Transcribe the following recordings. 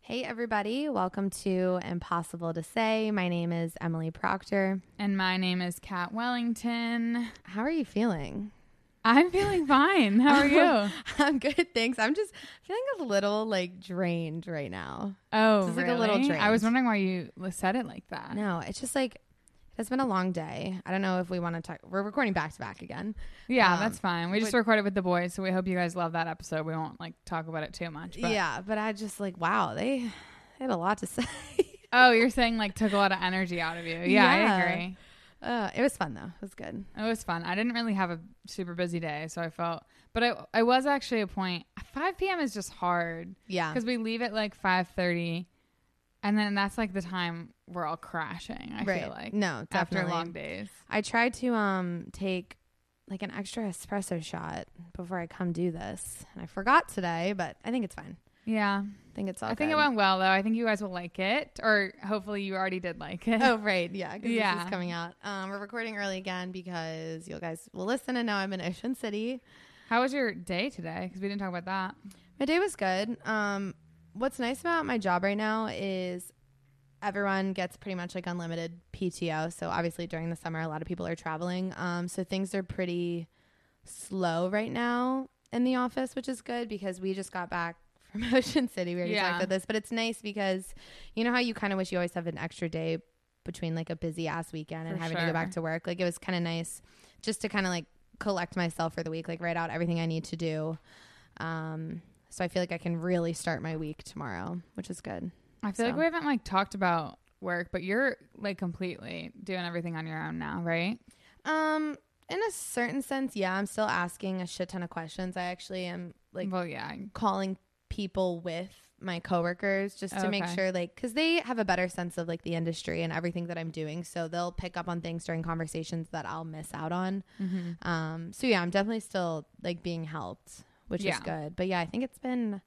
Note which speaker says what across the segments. Speaker 1: Hey, everybody. Welcome to Impossible to Say. My name is Emily Proctor.
Speaker 2: And my name is Kat Wellington.
Speaker 1: How are you feeling?
Speaker 2: I'm feeling fine. How are you?
Speaker 1: I'm good, thanks. I'm just feeling a little like drained right now.
Speaker 2: Oh,
Speaker 1: This is like a little
Speaker 2: really? I
Speaker 1: drained.
Speaker 2: was wondering why you said it like that.
Speaker 1: No, it's just like it's been a long day. I don't know if we want to talk. We're recording back to back again.
Speaker 2: Yeah,
Speaker 1: Um,
Speaker 2: that's fine. We just recorded with the boys, so we hope you guys love that episode. We won't like talk about it too much. But.
Speaker 1: Yeah, but I just like, wow, they they had a lot to say.
Speaker 2: Oh, you're saying like took a lot of energy out of you. Yeah,
Speaker 1: Yeah.
Speaker 2: I agree.
Speaker 1: uh, it was fun though. It was good.
Speaker 2: It was fun. I didn't really have a super busy day, so I felt. But I, I was actually a point. 5 p.m. is just hard.
Speaker 1: Yeah.
Speaker 2: because we leave at like 5.30 and then that's like the time we're all crashing i
Speaker 1: Right.
Speaker 2: feel like
Speaker 1: No,
Speaker 2: after
Speaker 1: definitely.
Speaker 2: long days
Speaker 1: I tried to um take like an extra espresso shot before I come do this. And I forgot today, but I think it's fine.
Speaker 2: yeah
Speaker 1: I think it's all
Speaker 2: i think it
Speaker 1: good.
Speaker 2: went well though i think you guys will like it or hopefully you already did like it
Speaker 1: Oh right, yeah, because this
Speaker 2: Yeah.
Speaker 1: is coming out. Um, we're recording early again because you guys will listen. And now I'm in Ocean City.
Speaker 2: how was your day today because we didn't talk about that
Speaker 1: My day was good. Um, what's nice about my job right now is everyone gets pretty much like unlimited PTO. So obviously during the summer, a lot of people are traveling. Um, so things are pretty slow right now in the office, which is good because we just got back from Ocean City. We already
Speaker 2: Yeah.
Speaker 1: talked about this, but it's nice because you know how you kind of wish you always have an extra day between like a busy ass weekend and
Speaker 2: For
Speaker 1: having to go back
Speaker 2: sure.
Speaker 1: to work. Like it was kind of nice just to kind of like collect myself for the week, like write out everything I need to do. Um, so I feel like I can really start my week tomorrow, which is good.
Speaker 2: i feel like
Speaker 1: So-
Speaker 2: we haven't like talked about work but you're like completely doing everything on your own now right
Speaker 1: Um, in a certain sense, yeah, I'm still asking a shit ton of questions. I actually am like
Speaker 2: well yeah
Speaker 1: calling people with my coworkers just to make
Speaker 2: Okay.
Speaker 1: sure like cuz they have a better sense of like the industry and everything that I'm doing so they'll pick up on things during conversations that I'll miss out on. Um so yeah, I'm definitely still like being helped, which
Speaker 2: Yeah.
Speaker 1: is good. But yeah, I think it's been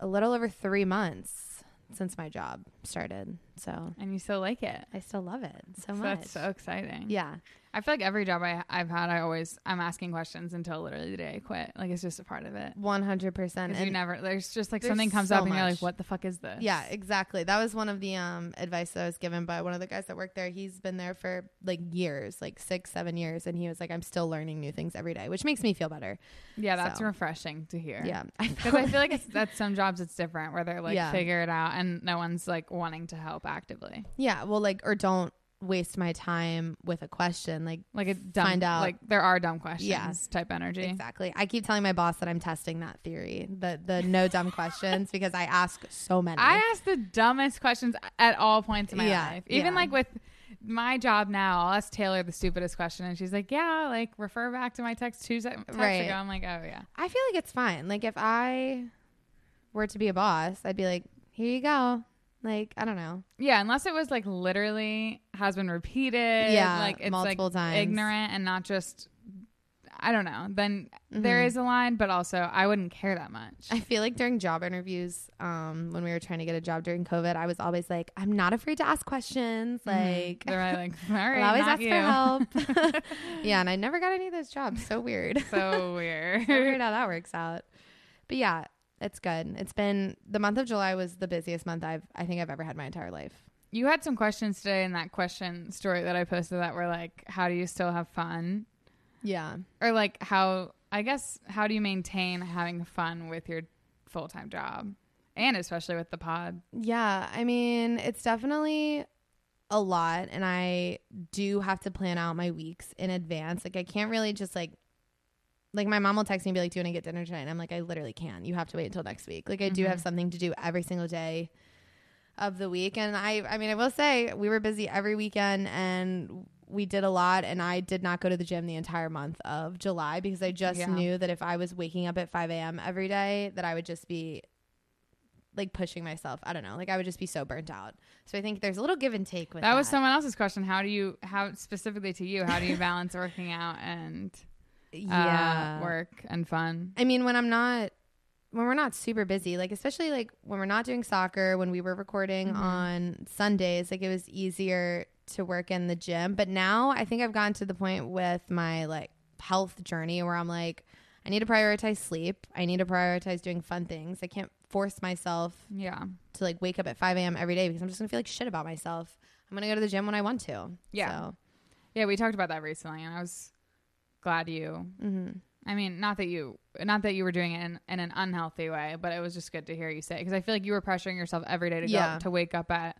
Speaker 1: a little over 3 months since my job started. So
Speaker 2: and you still like it
Speaker 1: I still love it so,
Speaker 2: so
Speaker 1: much.
Speaker 2: that's so exciting
Speaker 1: yeah.
Speaker 2: i feel like every job I, i've had i always i'm asking questions until literally the day i quit like it's just a part of it
Speaker 1: 100%
Speaker 2: Because
Speaker 1: And-
Speaker 2: you never, there's just like
Speaker 1: there's
Speaker 2: something comes
Speaker 1: so
Speaker 2: up and you're
Speaker 1: much.
Speaker 2: like, what the fuck is this?
Speaker 1: Yeah, exactly. That was one of the um, advice that I was given by one of the guys that worked there. He's been there for like years, like six, seven years, and he was like, "I'm still learning new things every day," which makes me feel better.
Speaker 2: Yeah, that's
Speaker 1: So.
Speaker 2: refreshing to hear.
Speaker 1: Yeah,
Speaker 2: Because I feel like it's, at some jobs it's different where they're like,
Speaker 1: Yeah.
Speaker 2: figure it out and no one's like wanting to help actively.
Speaker 1: yeah, well, like, or don't waste my time with a question. Like,
Speaker 2: Like a dumb,
Speaker 1: Find out.
Speaker 2: like there are dumb questions
Speaker 1: Yeah.
Speaker 2: type energy.
Speaker 1: exactly. I keep telling my boss that I'm testing that theory, the the no dumb questions, because I ask so many.
Speaker 2: I ask the dumbest questions at all points in my
Speaker 1: Yeah,
Speaker 2: life. Even
Speaker 1: yeah.
Speaker 2: like with my job now, I'll ask Taylor the stupidest question and she's like, yeah, like refer back to my text two sec- text
Speaker 1: Right.
Speaker 2: ago. I'm like, oh yeah.
Speaker 1: I feel like it's fine. Like, if I were to be a boss, I'd be like, "Here you go." Like, I don't know.
Speaker 2: Yeah, unless it was like literally has been repeated.
Speaker 1: Yeah,
Speaker 2: like it's
Speaker 1: multiple
Speaker 2: like
Speaker 1: times.
Speaker 2: ignorant and not just. I don't know. Then
Speaker 1: Mm-hmm.
Speaker 2: there is a line, but also I wouldn't care that much.
Speaker 1: I feel like during job interviews, um, when we were trying to get a job during COVID, I was always like, I'm not afraid to ask questions. Like,
Speaker 2: They're really like, all right,
Speaker 1: I'll always
Speaker 2: not
Speaker 1: ask for
Speaker 2: you.
Speaker 1: help. yeah, and I never got any of those jobs. So weird.
Speaker 2: So
Speaker 1: so
Speaker 2: weird.
Speaker 1: weird how that works out. But yeah, it's good. It's been the month of July was the busiest month I've I think I've ever had in my entire life.
Speaker 2: you had some questions today in that question story that I posted that were like, how do you still have fun?
Speaker 1: Yeah.
Speaker 2: Or like how I guess how do you maintain having fun with your full time job? And especially with the pod.
Speaker 1: Yeah, I mean, it's definitely a lot and I do have to plan out my weeks in advance. Like I can't really just like like my mom will text me and be like, "Do you want to get dinner tonight?" And I'm like, "I literally can't. You have to wait until next week." Like I do have something to do every single day of the week and I I mean, I will say we were busy every weekend and we did a lot and I did not go to the gym the entire month of July because I just
Speaker 2: Yeah.
Speaker 1: knew that if I was waking up at 5 a.m. every day that I would just be like pushing myself. I don't know. Like I would just be so burnt out. So I think there's a little give and take with
Speaker 2: that was someone else's question. How do you how specifically to you? How do you balance working out and uh,
Speaker 1: yeah
Speaker 2: work and fun?
Speaker 1: I mean, when I'm not, when we're not super busy, like especially like when we're not doing soccer, when we were recording
Speaker 2: Mm-hmm.
Speaker 1: on Sundays, like it was easier to work in the gym. But now I think I've gotten to the point with my like health journey where I'm like, I need to prioritize sleep. I need to prioritize doing fun things. I can't force myself
Speaker 2: Yeah,
Speaker 1: to like wake up at 5 a.m. every day because I'm just gonna feel like shit about myself. I'm gonna go to the gym when I want to.
Speaker 2: Yeah.
Speaker 1: So,
Speaker 2: yeah. We talked about that recently, and I was glad you.
Speaker 1: mhm.
Speaker 2: I mean, not that you, not that you were doing it in, in an unhealthy way, but it was just good to hear you say because I feel like you were pressuring yourself every day to
Speaker 1: Yeah.
Speaker 2: go to wake up at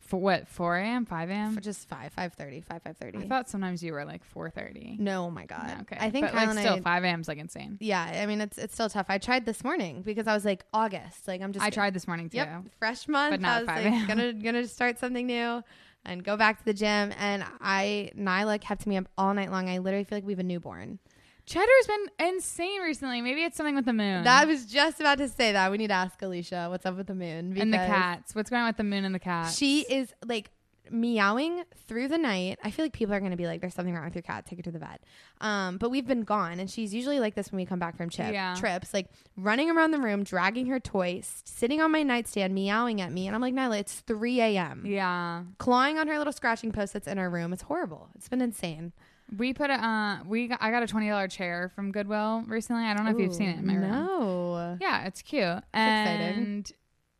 Speaker 2: for what four a.m. five a.m.
Speaker 1: For just five, five thirty, five, five thirty.
Speaker 2: Um, I thought sometimes you were like four thirty.
Speaker 1: no, oh my god.
Speaker 2: okay,
Speaker 1: I think
Speaker 2: but
Speaker 1: Kyle
Speaker 2: like
Speaker 1: and
Speaker 2: still
Speaker 1: I,
Speaker 2: five a.m. is like insane.
Speaker 1: Yeah, I mean it's it's still tough. I tried this morning because I was like August, like I'm just
Speaker 2: I tried this morning too.
Speaker 1: Yep, fresh month.
Speaker 2: But not
Speaker 1: I
Speaker 2: at
Speaker 1: was
Speaker 2: 5
Speaker 1: like
Speaker 2: a.m..
Speaker 1: gonna gonna start something new and go back to the gym. And I Nyla kept me up all night long. I literally feel like we have a newborn.
Speaker 2: Cheddar's been insane recently. Maybe it's something with the moon.
Speaker 1: That I was just about to say that. We need to ask Alicia what's up with the moon
Speaker 2: and the
Speaker 1: because
Speaker 2: cats. What's going on with the moon and the cat?
Speaker 1: She is like meowing through the night. I feel like people are gonna be like, "There's something wrong with your cat. Take her to the vet." Um, but we've been gone, and she's usually like this when we come back from trip
Speaker 2: Yeah.
Speaker 1: trips, like running around the room, dragging her toy, s- sitting on my nightstand, meowing at me, and I'm like, "Nyla, it's 3 a.m."
Speaker 2: Yeah,
Speaker 1: Clawing on her little scratching post that's in her room. It's horrible. It's been insane.
Speaker 2: we put a uh, we got, I got a twenty dollar chair from Goodwill recently. I don't know if you've seen it in my room.
Speaker 1: No.
Speaker 2: Yeah, it's cute
Speaker 1: exciting.
Speaker 2: and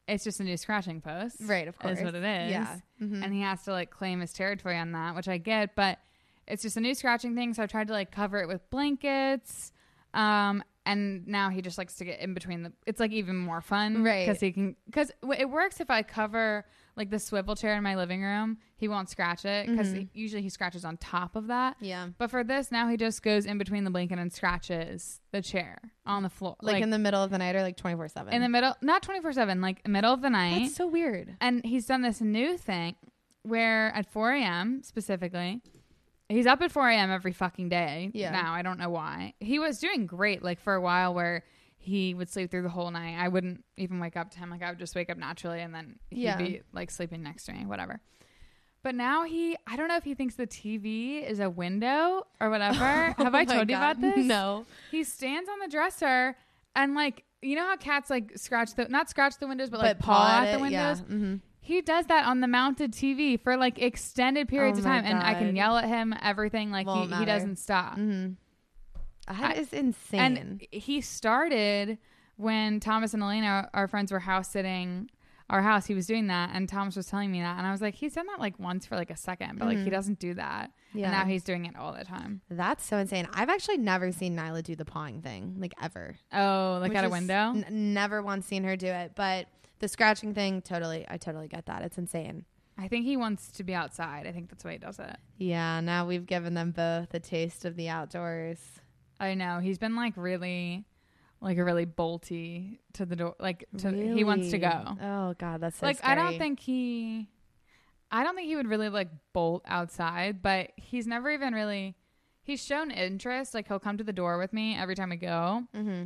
Speaker 2: it's just a new scratching post,
Speaker 1: Right, of course.
Speaker 2: Is what it is.
Speaker 1: Yeah. Mhm.
Speaker 2: and he has to like claim his territory on that, which I get, but it's just a new scratching thing. So I tried to like cover it with blankets. Um, and now he just likes to get in between the. It's like even more fun,
Speaker 1: Right.
Speaker 2: Because he can, because it works if I cover like the swivel chair in my living room. He won't scratch it because
Speaker 1: Mm-hmm.
Speaker 2: usually he scratches on top of that.
Speaker 1: Yeah.
Speaker 2: But for this, now he just goes in between the blanket and scratches the chair on the floor,
Speaker 1: Like, in the middle of the night or like 24 7.
Speaker 2: in the middle, not twenty four seven, like middle of the night.
Speaker 1: That's so weird.
Speaker 2: And he's done this new thing where at 4 a.m. specifically, he's up at 4 a.m. every fucking day.
Speaker 1: Yeah.
Speaker 2: Now I don't know why. He was doing great like for a while where he would sleep through the whole night. I wouldn't even wake up to him. Like I would just wake up naturally and then he'd
Speaker 1: Yeah.
Speaker 2: be like sleeping next to me, whatever. But now he, I don't know if he thinks the TV is a window or whatever. Have I
Speaker 1: Oh my
Speaker 2: told you
Speaker 1: God.
Speaker 2: about this?
Speaker 1: No.
Speaker 2: He stands on the dresser and like, you know how cats like scratch the, not scratch the windows, but, like
Speaker 1: But
Speaker 2: paw
Speaker 1: paw
Speaker 2: at the
Speaker 1: it,
Speaker 2: windows?
Speaker 1: yeah. Mhm.
Speaker 2: He does that on the mounted TV for like extended periods
Speaker 1: Oh
Speaker 2: of
Speaker 1: my
Speaker 2: time, and I
Speaker 1: God.
Speaker 2: can yell at him. Everything like he,
Speaker 1: Won't matter.
Speaker 2: he doesn't stop.
Speaker 1: Mm-hmm. That is insane.
Speaker 2: And he started when Thomas and Elena, our friends, were house sitting our house. He was doing that, and Thomas was telling me that, and I was like, he's done that like once for like a second, but like he doesn't do that.
Speaker 1: Mm-hmm. Yeah.
Speaker 2: And now he's doing it all the time.
Speaker 1: That's so insane. I've actually never seen Nyla do the pawing thing, like ever.
Speaker 2: Oh, like
Speaker 1: Which
Speaker 2: out a
Speaker 1: is-
Speaker 2: window.
Speaker 1: n- never once seen her do it, but the scratching thing, totally. I totally get that. It's insane.
Speaker 2: I think he wants to be outside. I think that's why he does it.
Speaker 1: Yeah, now we've given them both a taste of the outdoors.
Speaker 2: I know he's been like really, like really bolty to the door. Like to, he wants to
Speaker 1: Really?
Speaker 2: go.
Speaker 1: Oh God, that's so
Speaker 2: like I don't
Speaker 1: scary.
Speaker 2: think he I don't think he would really like bolt outside, but he's never even really he's shown interest. Like he'll come to the door with me every time we go. Mm-hmm.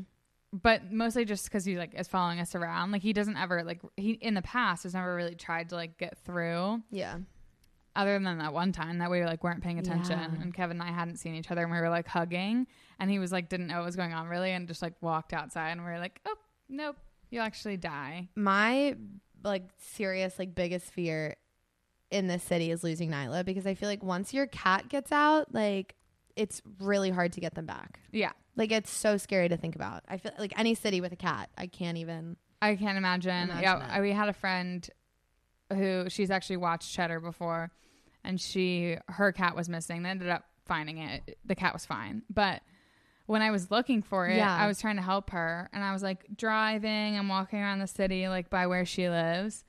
Speaker 2: But mostly just because he like is following us around. Like he doesn't ever like he in the past has never really tried to like get through.
Speaker 1: Yeah,
Speaker 2: Other than that one time that we like weren't paying attention
Speaker 1: Yeah.
Speaker 2: and Kevin and I hadn't seen each other and we were like hugging and he was like didn't know what was going on really and just like walked outside and we were like oh nope you'll actually die.
Speaker 1: my like serious like biggest fear in this city is losing Nyla because I feel like once your cat gets out, like it's really hard to get them back.
Speaker 2: Yeah.
Speaker 1: Like it's so scary to think about. I feel like any city with a cat, I can't even.
Speaker 2: I can't imagine.
Speaker 1: Imagine
Speaker 2: yeah,
Speaker 1: it.
Speaker 2: I- we had a friend who she's actually watched Cheddar before, and she her cat was missing. They ended up finding it. The cat was fine, but when I was looking for it,
Speaker 1: Yeah.
Speaker 2: I was trying to help her, and I was like driving and walking around the city, like by where she lives.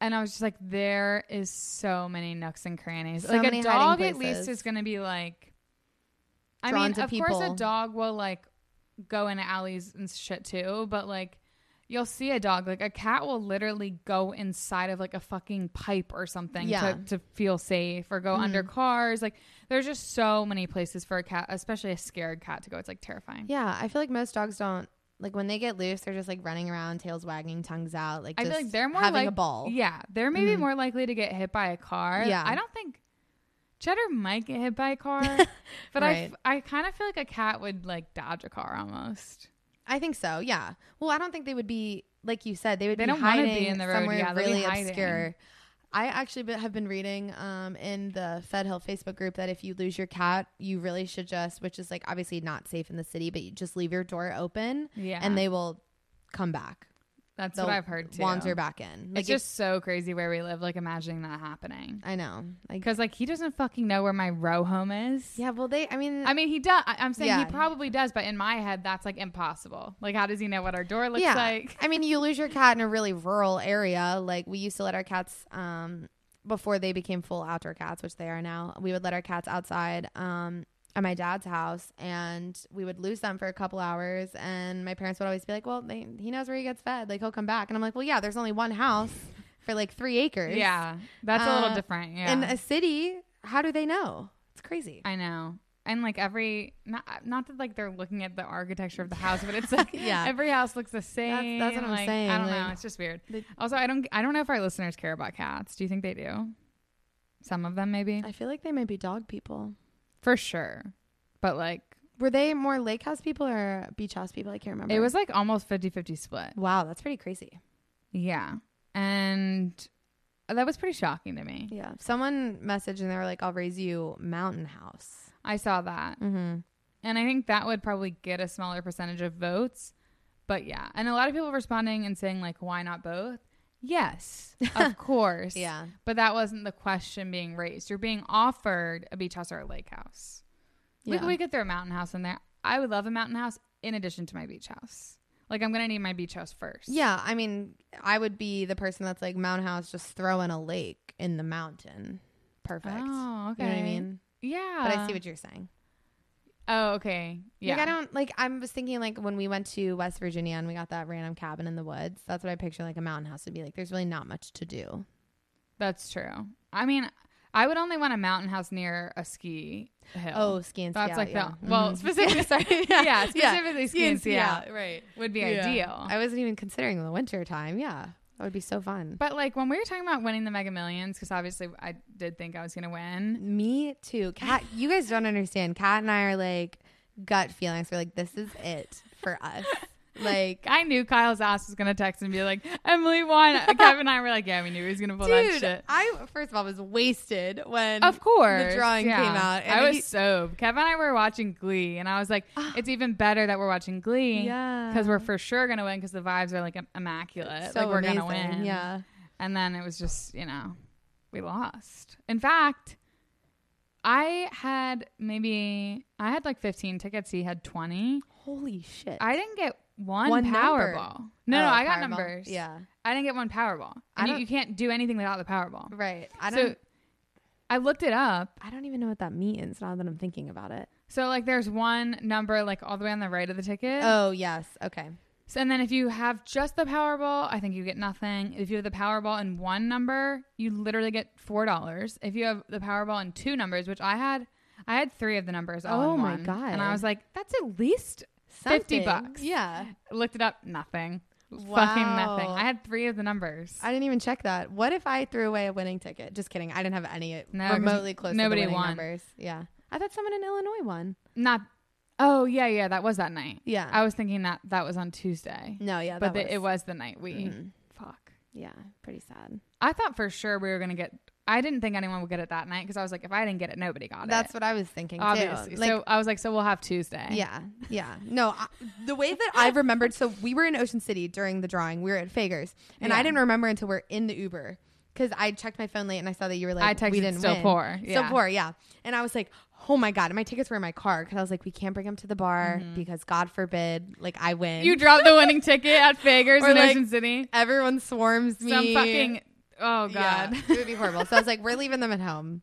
Speaker 2: And I was just like, there is so many nooks and crannies.
Speaker 1: So
Speaker 2: like
Speaker 1: many
Speaker 2: a
Speaker 1: hiding
Speaker 2: dog, at
Speaker 1: places.
Speaker 2: least, is going to be like. I
Speaker 1: Drawn
Speaker 2: mean,
Speaker 1: to
Speaker 2: of course,
Speaker 1: people.
Speaker 2: a dog will like go into alleys and shit too, but like you'll see a dog like a cat will literally go inside of like a fucking pipe or something
Speaker 1: Yeah. Mm-hmm.
Speaker 2: to, to feel safe or go under cars like there's just so many places for a cat especially a scared cat to go it's like terrifying
Speaker 1: Yeah, I feel like most dogs don't Like when they get loose, they're just like running around, tails wagging, tongues out, like
Speaker 2: I
Speaker 1: just
Speaker 2: feel like they're more
Speaker 1: having
Speaker 2: like
Speaker 1: a ball.
Speaker 2: Yeah, they're maybe
Speaker 1: Mhm.
Speaker 2: more likely to get hit by a car.
Speaker 1: Yeah.
Speaker 2: I don't think Cheddar might get hit by a car, but I, f-
Speaker 1: Right.
Speaker 2: I kind of feel like a cat would like dodge a car almost.
Speaker 1: I think so. Yeah. Well, I don't think they would be like you said. They would
Speaker 2: They
Speaker 1: be
Speaker 2: don't wanna be
Speaker 1: hiding
Speaker 2: in the road.
Speaker 1: somewhere
Speaker 2: Yeah, they'll be
Speaker 1: really
Speaker 2: hiding.
Speaker 1: obscure. I actually be- have been reading um, in the Fed Hill Facebook group that if you lose your cat, you really should just, which is like obviously not safe in the city, but you just leave your door open
Speaker 2: Yeah,
Speaker 1: and they will come back.
Speaker 2: that's
Speaker 1: They'll
Speaker 2: what I've heard too.
Speaker 1: Wander back in. Like
Speaker 2: it's just so crazy where we live. Like imagining that happening
Speaker 1: I know. Like,
Speaker 2: because like he doesn't fucking know where my row home is.
Speaker 1: yeah. Well, they. I mean,
Speaker 2: I mean, he does. I- I'm saying
Speaker 1: Yeah.
Speaker 2: he probably does, but in my head, that's like impossible. Like, how does he know what our door looks like?
Speaker 1: I mean, you lose your cat in a really rural area. Like we used to let our cats um before they became full outdoor cats, which they are now. We would let our cats outside um at my dad's house and we would lose them for a couple hours and my parents would always be like, "Well, they, he knows where he gets fed. Like he'll come back." And I'm like, "Well, yeah, there's only one house for like 3 acres."
Speaker 2: Yeah, that's a
Speaker 1: Uh,
Speaker 2: little different. Yeah,
Speaker 1: In a city, how do they know? It's crazy.
Speaker 2: I know. And like every not uh, not that like they're looking at the architecture of the house, but it's like
Speaker 1: Yeah.
Speaker 2: every house looks the same.
Speaker 1: that's what I'm
Speaker 2: like,
Speaker 1: saying,
Speaker 2: I don't
Speaker 1: like-
Speaker 2: know. It's just weird.
Speaker 1: They-
Speaker 2: Also, I don't I don't know if our listeners care about cats. Do you think they do? Some of them maybe.
Speaker 1: I feel like they might be dog people.
Speaker 2: For sure. But like
Speaker 1: Were they more lake house people or beach house people? I can't remember.
Speaker 2: it was like almost 50-50 split.
Speaker 1: Wow, that's pretty crazy.
Speaker 2: Yeah. And that was pretty shocking to me.
Speaker 1: Yeah. Someone messaged and they were like, I'll raise you mountain house.
Speaker 2: I saw that.
Speaker 1: Mm-hmm.
Speaker 2: And I think that would probably get a smaller percentage of votes. But yeah. And a lot of people responding and saying, like, why not both? Yes, of course.
Speaker 1: Yeah.
Speaker 2: But that wasn't the question being raised. You're being offered a beach house or a lake house.
Speaker 1: Yeah.
Speaker 2: We, we could throw a mountain house in there. I would love a mountain house in addition to my beach house. Like, I'm going to need my beach house first.
Speaker 1: Yeah. I mean, I would be the person that's like, mountain house, just throw in a lake in the mountain. Perfect.
Speaker 2: Oh, okay.
Speaker 1: You know what I mean?
Speaker 2: Yeah.
Speaker 1: But I see what you're saying.
Speaker 2: Oh, okay. Yeah.
Speaker 1: Like, I don't like, I was thinking like when we went to West Virginia and we got that random cabin in the woods, that's what I picture like a mountain house would be like. There's really not much to do.
Speaker 2: That's true. I mean, I would only want a mountain house near a ski hill.
Speaker 1: Oh, ski and ski
Speaker 2: That's
Speaker 1: out,
Speaker 2: like
Speaker 1: yeah.
Speaker 2: the well
Speaker 1: Mhm.
Speaker 2: specifically sorry yeah, specifically ski and ski out
Speaker 1: Right.
Speaker 2: would be
Speaker 1: Yeah.
Speaker 2: ideal.
Speaker 1: I wasn't even considering the winter time. Yeah. That would be so fun.
Speaker 2: but like when we were talking about winning the Mega Millions, because obviously I did think I was gonna win.
Speaker 1: Me too. Kat, you guys don't understand. Kat and I are like gut feelings. We're like, this is it for us. Like,
Speaker 2: I knew Kyle's ass was gonna text and be like, "Emily won." Kevin and I were like, "Yeah, we knew he was gonna pull that
Speaker 1: dude,
Speaker 2: shit."
Speaker 1: I first of all was wasted when
Speaker 2: Of course,
Speaker 1: the drawing
Speaker 2: yeah.
Speaker 1: came out.
Speaker 2: I was
Speaker 1: he- Ah.
Speaker 2: so. Kevin and I were watching Glee, and I was like, "It's even better that we're watching Glee,
Speaker 1: Yeah.
Speaker 2: because we're for sure gonna win. Because the vibes are like im- immaculate,
Speaker 1: so
Speaker 2: like we're gonna
Speaker 1: amazing.
Speaker 2: win,
Speaker 1: Yeah,
Speaker 2: And then it was just, you know, we lost. In fact, I had maybe I had like 15 tickets. He had 20.
Speaker 1: holy shit.
Speaker 2: I didn't get one,
Speaker 1: One number.
Speaker 2: Powerball. No,
Speaker 1: Oh,
Speaker 2: no, I got
Speaker 1: Powerball.
Speaker 2: numbers.
Speaker 1: Yeah,
Speaker 2: I didn't get one Powerball.
Speaker 1: I
Speaker 2: And you,
Speaker 1: don't-
Speaker 2: you can't do anything without the Powerball.
Speaker 1: right. I
Speaker 2: so
Speaker 1: don't.
Speaker 2: I looked it up.
Speaker 1: I don't even know what that means now that I'm thinking about it.
Speaker 2: So like there's one number like all the way on the right of the ticket.
Speaker 1: Oh yes. Okay.
Speaker 2: So, and then if you have just the Powerball, I think you get nothing. If you have the Powerball in one number, you literally get four dollars. If you have the Powerball in two numbers, which I had, I had three of the numbers. All
Speaker 1: Oh
Speaker 2: in
Speaker 1: my
Speaker 2: one.
Speaker 1: God.
Speaker 2: And I was like, that's at least fifty
Speaker 1: Something.
Speaker 2: bucks.
Speaker 1: Yeah.
Speaker 2: Looked it up, nothing. Fucking
Speaker 1: Wow.
Speaker 2: nothing. I had three of the numbers.
Speaker 1: I didn't even check that. What if I threw away a winning ticket? Just kidding. I didn't have any
Speaker 2: No, 'cause
Speaker 1: remotely close
Speaker 2: nobody
Speaker 1: to the winning
Speaker 2: won.
Speaker 1: numbers. Yeah. I thought someone in Illinois won.
Speaker 2: Not. Oh yeah, yeah. That was that night.
Speaker 1: Yeah.
Speaker 2: I was thinking that that was on Tuesday,
Speaker 1: no, yeah,
Speaker 2: but
Speaker 1: that
Speaker 2: the- it was the night we.
Speaker 1: Mhm.
Speaker 2: Fuck.
Speaker 1: Yeah, pretty sad.
Speaker 2: I thought for sure we were gonna get. I didn't think anyone would get it that night because I was like, if I didn't get it, nobody got it.
Speaker 1: That's what I was thinking
Speaker 2: obviously.
Speaker 1: too. Like,
Speaker 2: so I was like, so we'll have Tuesday.
Speaker 1: yeah, yeah. No, I, the way that I remembered. So we were in Ocean City during the drawing. We were at Fager's, and I
Speaker 2: Yeah.
Speaker 1: didn't remember until we're in the Uber because I checked my phone late and I saw that you were like,
Speaker 2: I texted
Speaker 1: we didn't
Speaker 2: still
Speaker 1: win.
Speaker 2: poor.
Speaker 1: Still
Speaker 2: Yeah.
Speaker 1: poor, yeah. And I was like, oh my god, and my tickets were in my car because I was like, we can't bring them to the bar because God forbid, like I win.
Speaker 2: Mm-hmm. You dropped the winning ticket at Fager's
Speaker 1: Or
Speaker 2: in
Speaker 1: like,
Speaker 2: Ocean City.
Speaker 1: Everyone swarms me.
Speaker 2: Some fucking oh god.
Speaker 1: Yeah, it would be horrible. So I was like, we're leaving them at home.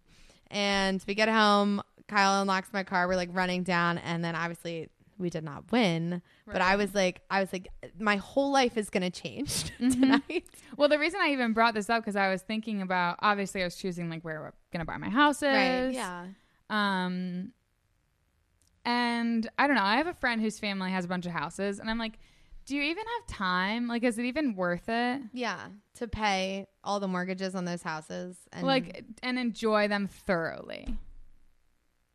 Speaker 1: And we get home. Kyle unlocks my car. We're like running down. And then obviously we did not win. But I was like, I was like, my whole life is going to change
Speaker 2: Mm-hmm.
Speaker 1: tonight.
Speaker 2: Well, the reason I even brought this up because I was thinking about obviously I was choosing like where we're gonna buy my houses. Um, and I don't know. I have a friend whose family has a bunch of houses, and I'm like, Do you even have time? Like, is it even worth it?
Speaker 1: Yeah, to pay all the mortgages on those houses and
Speaker 2: like, and enjoy them thoroughly.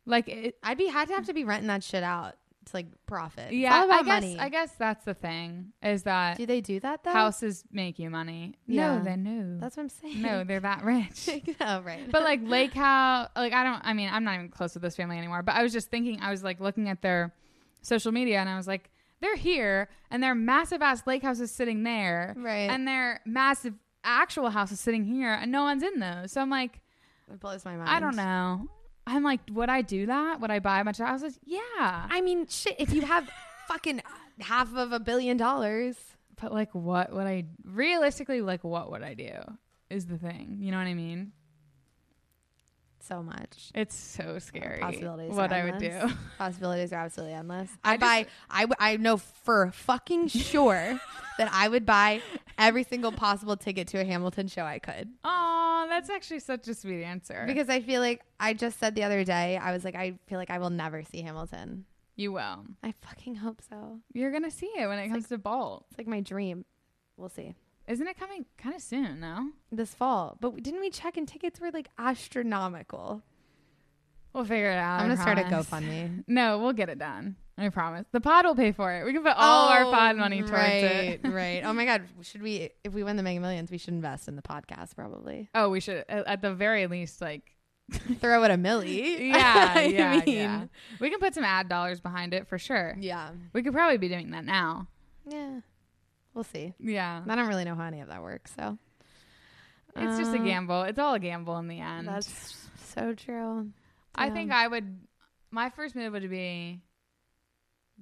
Speaker 2: Like, it,
Speaker 1: I'd be had to have to be renting that shit out to like profit. It's
Speaker 2: yeah,
Speaker 1: all about
Speaker 2: I guess
Speaker 1: money.
Speaker 2: I guess that's the thing is that
Speaker 1: do they do that though?
Speaker 2: houses make you money.
Speaker 1: Yeah.
Speaker 2: No, they're new.
Speaker 1: That's what I'm saying.
Speaker 2: no, they're that rich.
Speaker 1: oh right.
Speaker 2: but like lake house like i don't i mean i'm not even close with this family anymore but i was just thinking i was like looking at their social media and i was like they're here and their massive ass lake house is sitting there
Speaker 1: Right.
Speaker 2: and their massive actual house is sitting here and no one's in those so i'm like
Speaker 1: it blows my mind.
Speaker 2: i don't know i'm like would i do that would i buy a bunch of houses yeah
Speaker 1: I mean, shit. If you have fucking half of a billion dollars,
Speaker 2: but like what would i realistically like what would i do is the thing you know what i mean
Speaker 1: so much.
Speaker 2: it's so scary
Speaker 1: Possibilities.
Speaker 2: what
Speaker 1: are
Speaker 2: i would
Speaker 1: endless.
Speaker 2: do
Speaker 1: Possibilities are absolutely endless.
Speaker 2: I
Speaker 1: I,
Speaker 2: just-
Speaker 1: buy. I w- I know for fucking sure that I would buy every single possible ticket to a Hamilton show I could.
Speaker 2: Oh, that's actually such a sweet answer.
Speaker 1: Because I feel like I just said the other day, I was like, I feel like I will never see Hamilton.
Speaker 2: you will.
Speaker 1: I fucking hope so.
Speaker 2: You're gonna see it when it comes to Bolt.
Speaker 1: It's like my dream. We'll see
Speaker 2: Isn't it coming kind of soon? No.
Speaker 1: this fall. But didn't we check and tickets were like astronomical?
Speaker 2: We'll figure it out.
Speaker 1: I'm
Speaker 2: I
Speaker 1: gonna start a
Speaker 2: promise.
Speaker 1: GoFundMe.
Speaker 2: No, we'll get it done. I promise. The pod will pay for it. We can put all our pod money towards
Speaker 1: Oh, right,
Speaker 2: it.
Speaker 1: right. Oh my god, should we? If we win the Mega Millions, we should invest in the podcast. Probably
Speaker 2: Oh, we should at at the very least like.
Speaker 1: throw it a millie.
Speaker 2: Yeah,
Speaker 1: I
Speaker 2: yeah,
Speaker 1: mean-
Speaker 2: yeah. We can put some ad dollars behind it for sure.
Speaker 1: yeah,
Speaker 2: We could probably be doing that now.
Speaker 1: yeah. We'll see.
Speaker 2: Yeah.
Speaker 1: I don't really know how any of that works, so
Speaker 2: It's just a
Speaker 1: Uh,
Speaker 2: gamble. It's all a gamble in the end.
Speaker 1: That's so true.
Speaker 2: I
Speaker 1: Yeah.
Speaker 2: think I would. My first move would be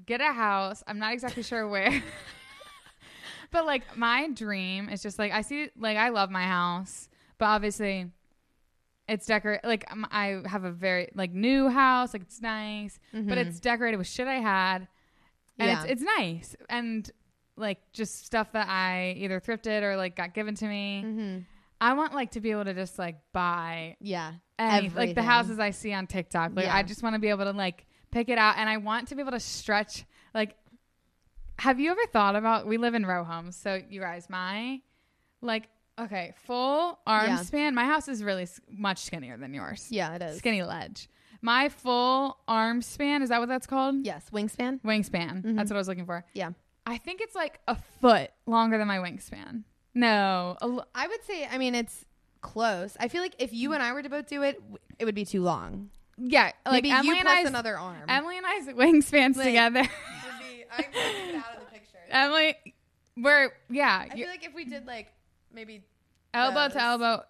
Speaker 2: get a house. I'm not exactly sure where, but like my dream is just like I see. Like I love my house, but obviously, it's decorated. Like um, I have a very like new house. Like it's nice,
Speaker 1: Mm-hmm.
Speaker 2: but it's decorated with shit I had, and
Speaker 1: Hmm. Yeah.
Speaker 2: it's it's nice and like just stuff that I either thrifted or like got given to me.
Speaker 1: Hmm.
Speaker 2: I want like to be able to just like buy
Speaker 1: Mm-hmm. Yeah,
Speaker 2: any, like the
Speaker 1: Everything.
Speaker 2: houses I see on TikTok. Like
Speaker 1: Yeah.
Speaker 2: I just want to be able to like pick it out, and I want to be able to stretch. Like, have you ever thought about? We live in row homes, so you guys, my like okay, full arm
Speaker 1: Yeah.
Speaker 2: span. My house is really s- much skinnier than yours.
Speaker 1: Yeah, it is.
Speaker 2: skinny ledge. My full arm span is that what that's called?
Speaker 1: Yes, wingspan.
Speaker 2: Wingspan.
Speaker 1: Mm-hmm.
Speaker 2: That's what I was looking for.
Speaker 1: Yeah,
Speaker 2: I think it's like a foot longer than my wingspan. No, a l-
Speaker 1: I would say. I mean, it's close. I feel like if
Speaker 2: Mm.
Speaker 1: you and I were to both do it, w- it would be too long.
Speaker 2: yeah, like
Speaker 1: Maybe
Speaker 2: Emily
Speaker 1: you
Speaker 2: and
Speaker 1: plus
Speaker 2: I's-
Speaker 1: another arm.
Speaker 2: Emily and I's wingspans
Speaker 1: Like-
Speaker 2: together.
Speaker 1: would be, I'm taking it out of the picture.
Speaker 2: Emily, we're yeah,
Speaker 1: I
Speaker 2: you-
Speaker 1: feel like if we did like maybe,
Speaker 2: elbow
Speaker 1: those.
Speaker 2: to elbow,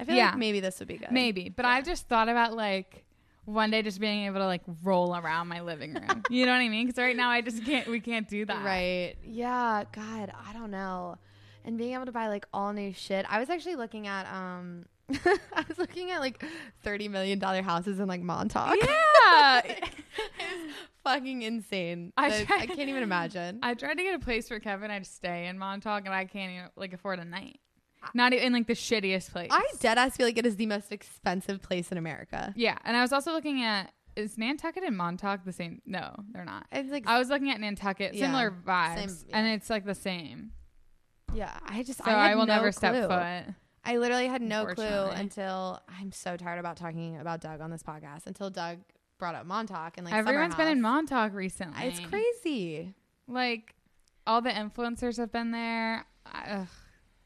Speaker 1: I feel
Speaker 2: Yeah.
Speaker 1: like maybe this would be good.
Speaker 2: maybe. But I've just thought about like one day just being able to like roll around my living room. you know what I mean? Because right now I just can't. We can't do that.
Speaker 1: Right. Yeah. God, I don't know. And being able to buy like all new shit. I was actually looking at um I was looking at like thirty million dollar houses in like Montauk.
Speaker 2: Yeah.
Speaker 1: it's fucking insane. I,
Speaker 2: I
Speaker 1: I
Speaker 2: tried-
Speaker 1: can't even imagine.
Speaker 2: I tried to get a place for Kevin. I'd stay in Montauk, and I can't even like afford a night. Not even in like the shittiest place.
Speaker 1: I dead ass feel like it is the most expensive place in America.
Speaker 2: yeah, and I was also looking at is Nantucket and Montauk the same? No, they're not.
Speaker 1: It's like
Speaker 2: I was looking at Nantucket,
Speaker 1: Yeah.
Speaker 2: similar vibes,
Speaker 1: Same-
Speaker 2: and it's like the same.
Speaker 1: yeah. I just
Speaker 2: So
Speaker 1: I,
Speaker 2: I,
Speaker 1: had
Speaker 2: will
Speaker 1: no
Speaker 2: never
Speaker 1: clue.
Speaker 2: step foot.
Speaker 1: I literally had no clue
Speaker 2: Unfortunately.
Speaker 1: until I'm so tired about talking about Doug on this podcast until Doug brought up Montauk and like summer
Speaker 2: Everyone's been in
Speaker 1: house.
Speaker 2: Montauk recently.
Speaker 1: It's crazy.
Speaker 2: Like all the influencers have been there. I, ugh.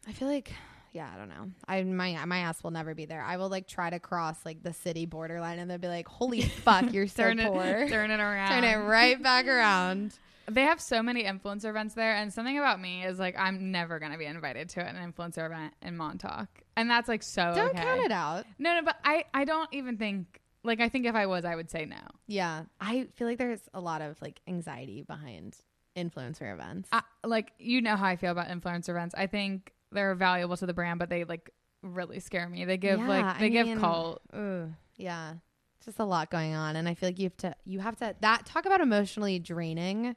Speaker 1: I feel like, yeah, I don't know. I my my ass will never be there. I will like try to cross like the city borderline, and they'll be like, "Holy fuck, you're so
Speaker 2: Turn it,
Speaker 1: poor."
Speaker 2: turn it around.
Speaker 1: Turn it right back around.
Speaker 2: They have so many influencer events there, and something about me is like I'm never gonna be invited to an influencer event in Montauk, and that's like so.
Speaker 1: Don't
Speaker 2: okay.
Speaker 1: count it out.
Speaker 2: No, no, but I I don't even think like I think if I was, I would say no.
Speaker 1: Yeah, I feel like there's a lot of like anxiety behind influencer events.
Speaker 2: I, like you know how I feel about influencer events. I think they're valuable to the brand, but they like really scare me. They give
Speaker 1: Yeah,
Speaker 2: like
Speaker 1: I
Speaker 2: they give
Speaker 1: mean-
Speaker 2: cult.
Speaker 1: Ugh, yeah, It's just a lot going on, and I feel like you have to you have to that talk about emotionally draining.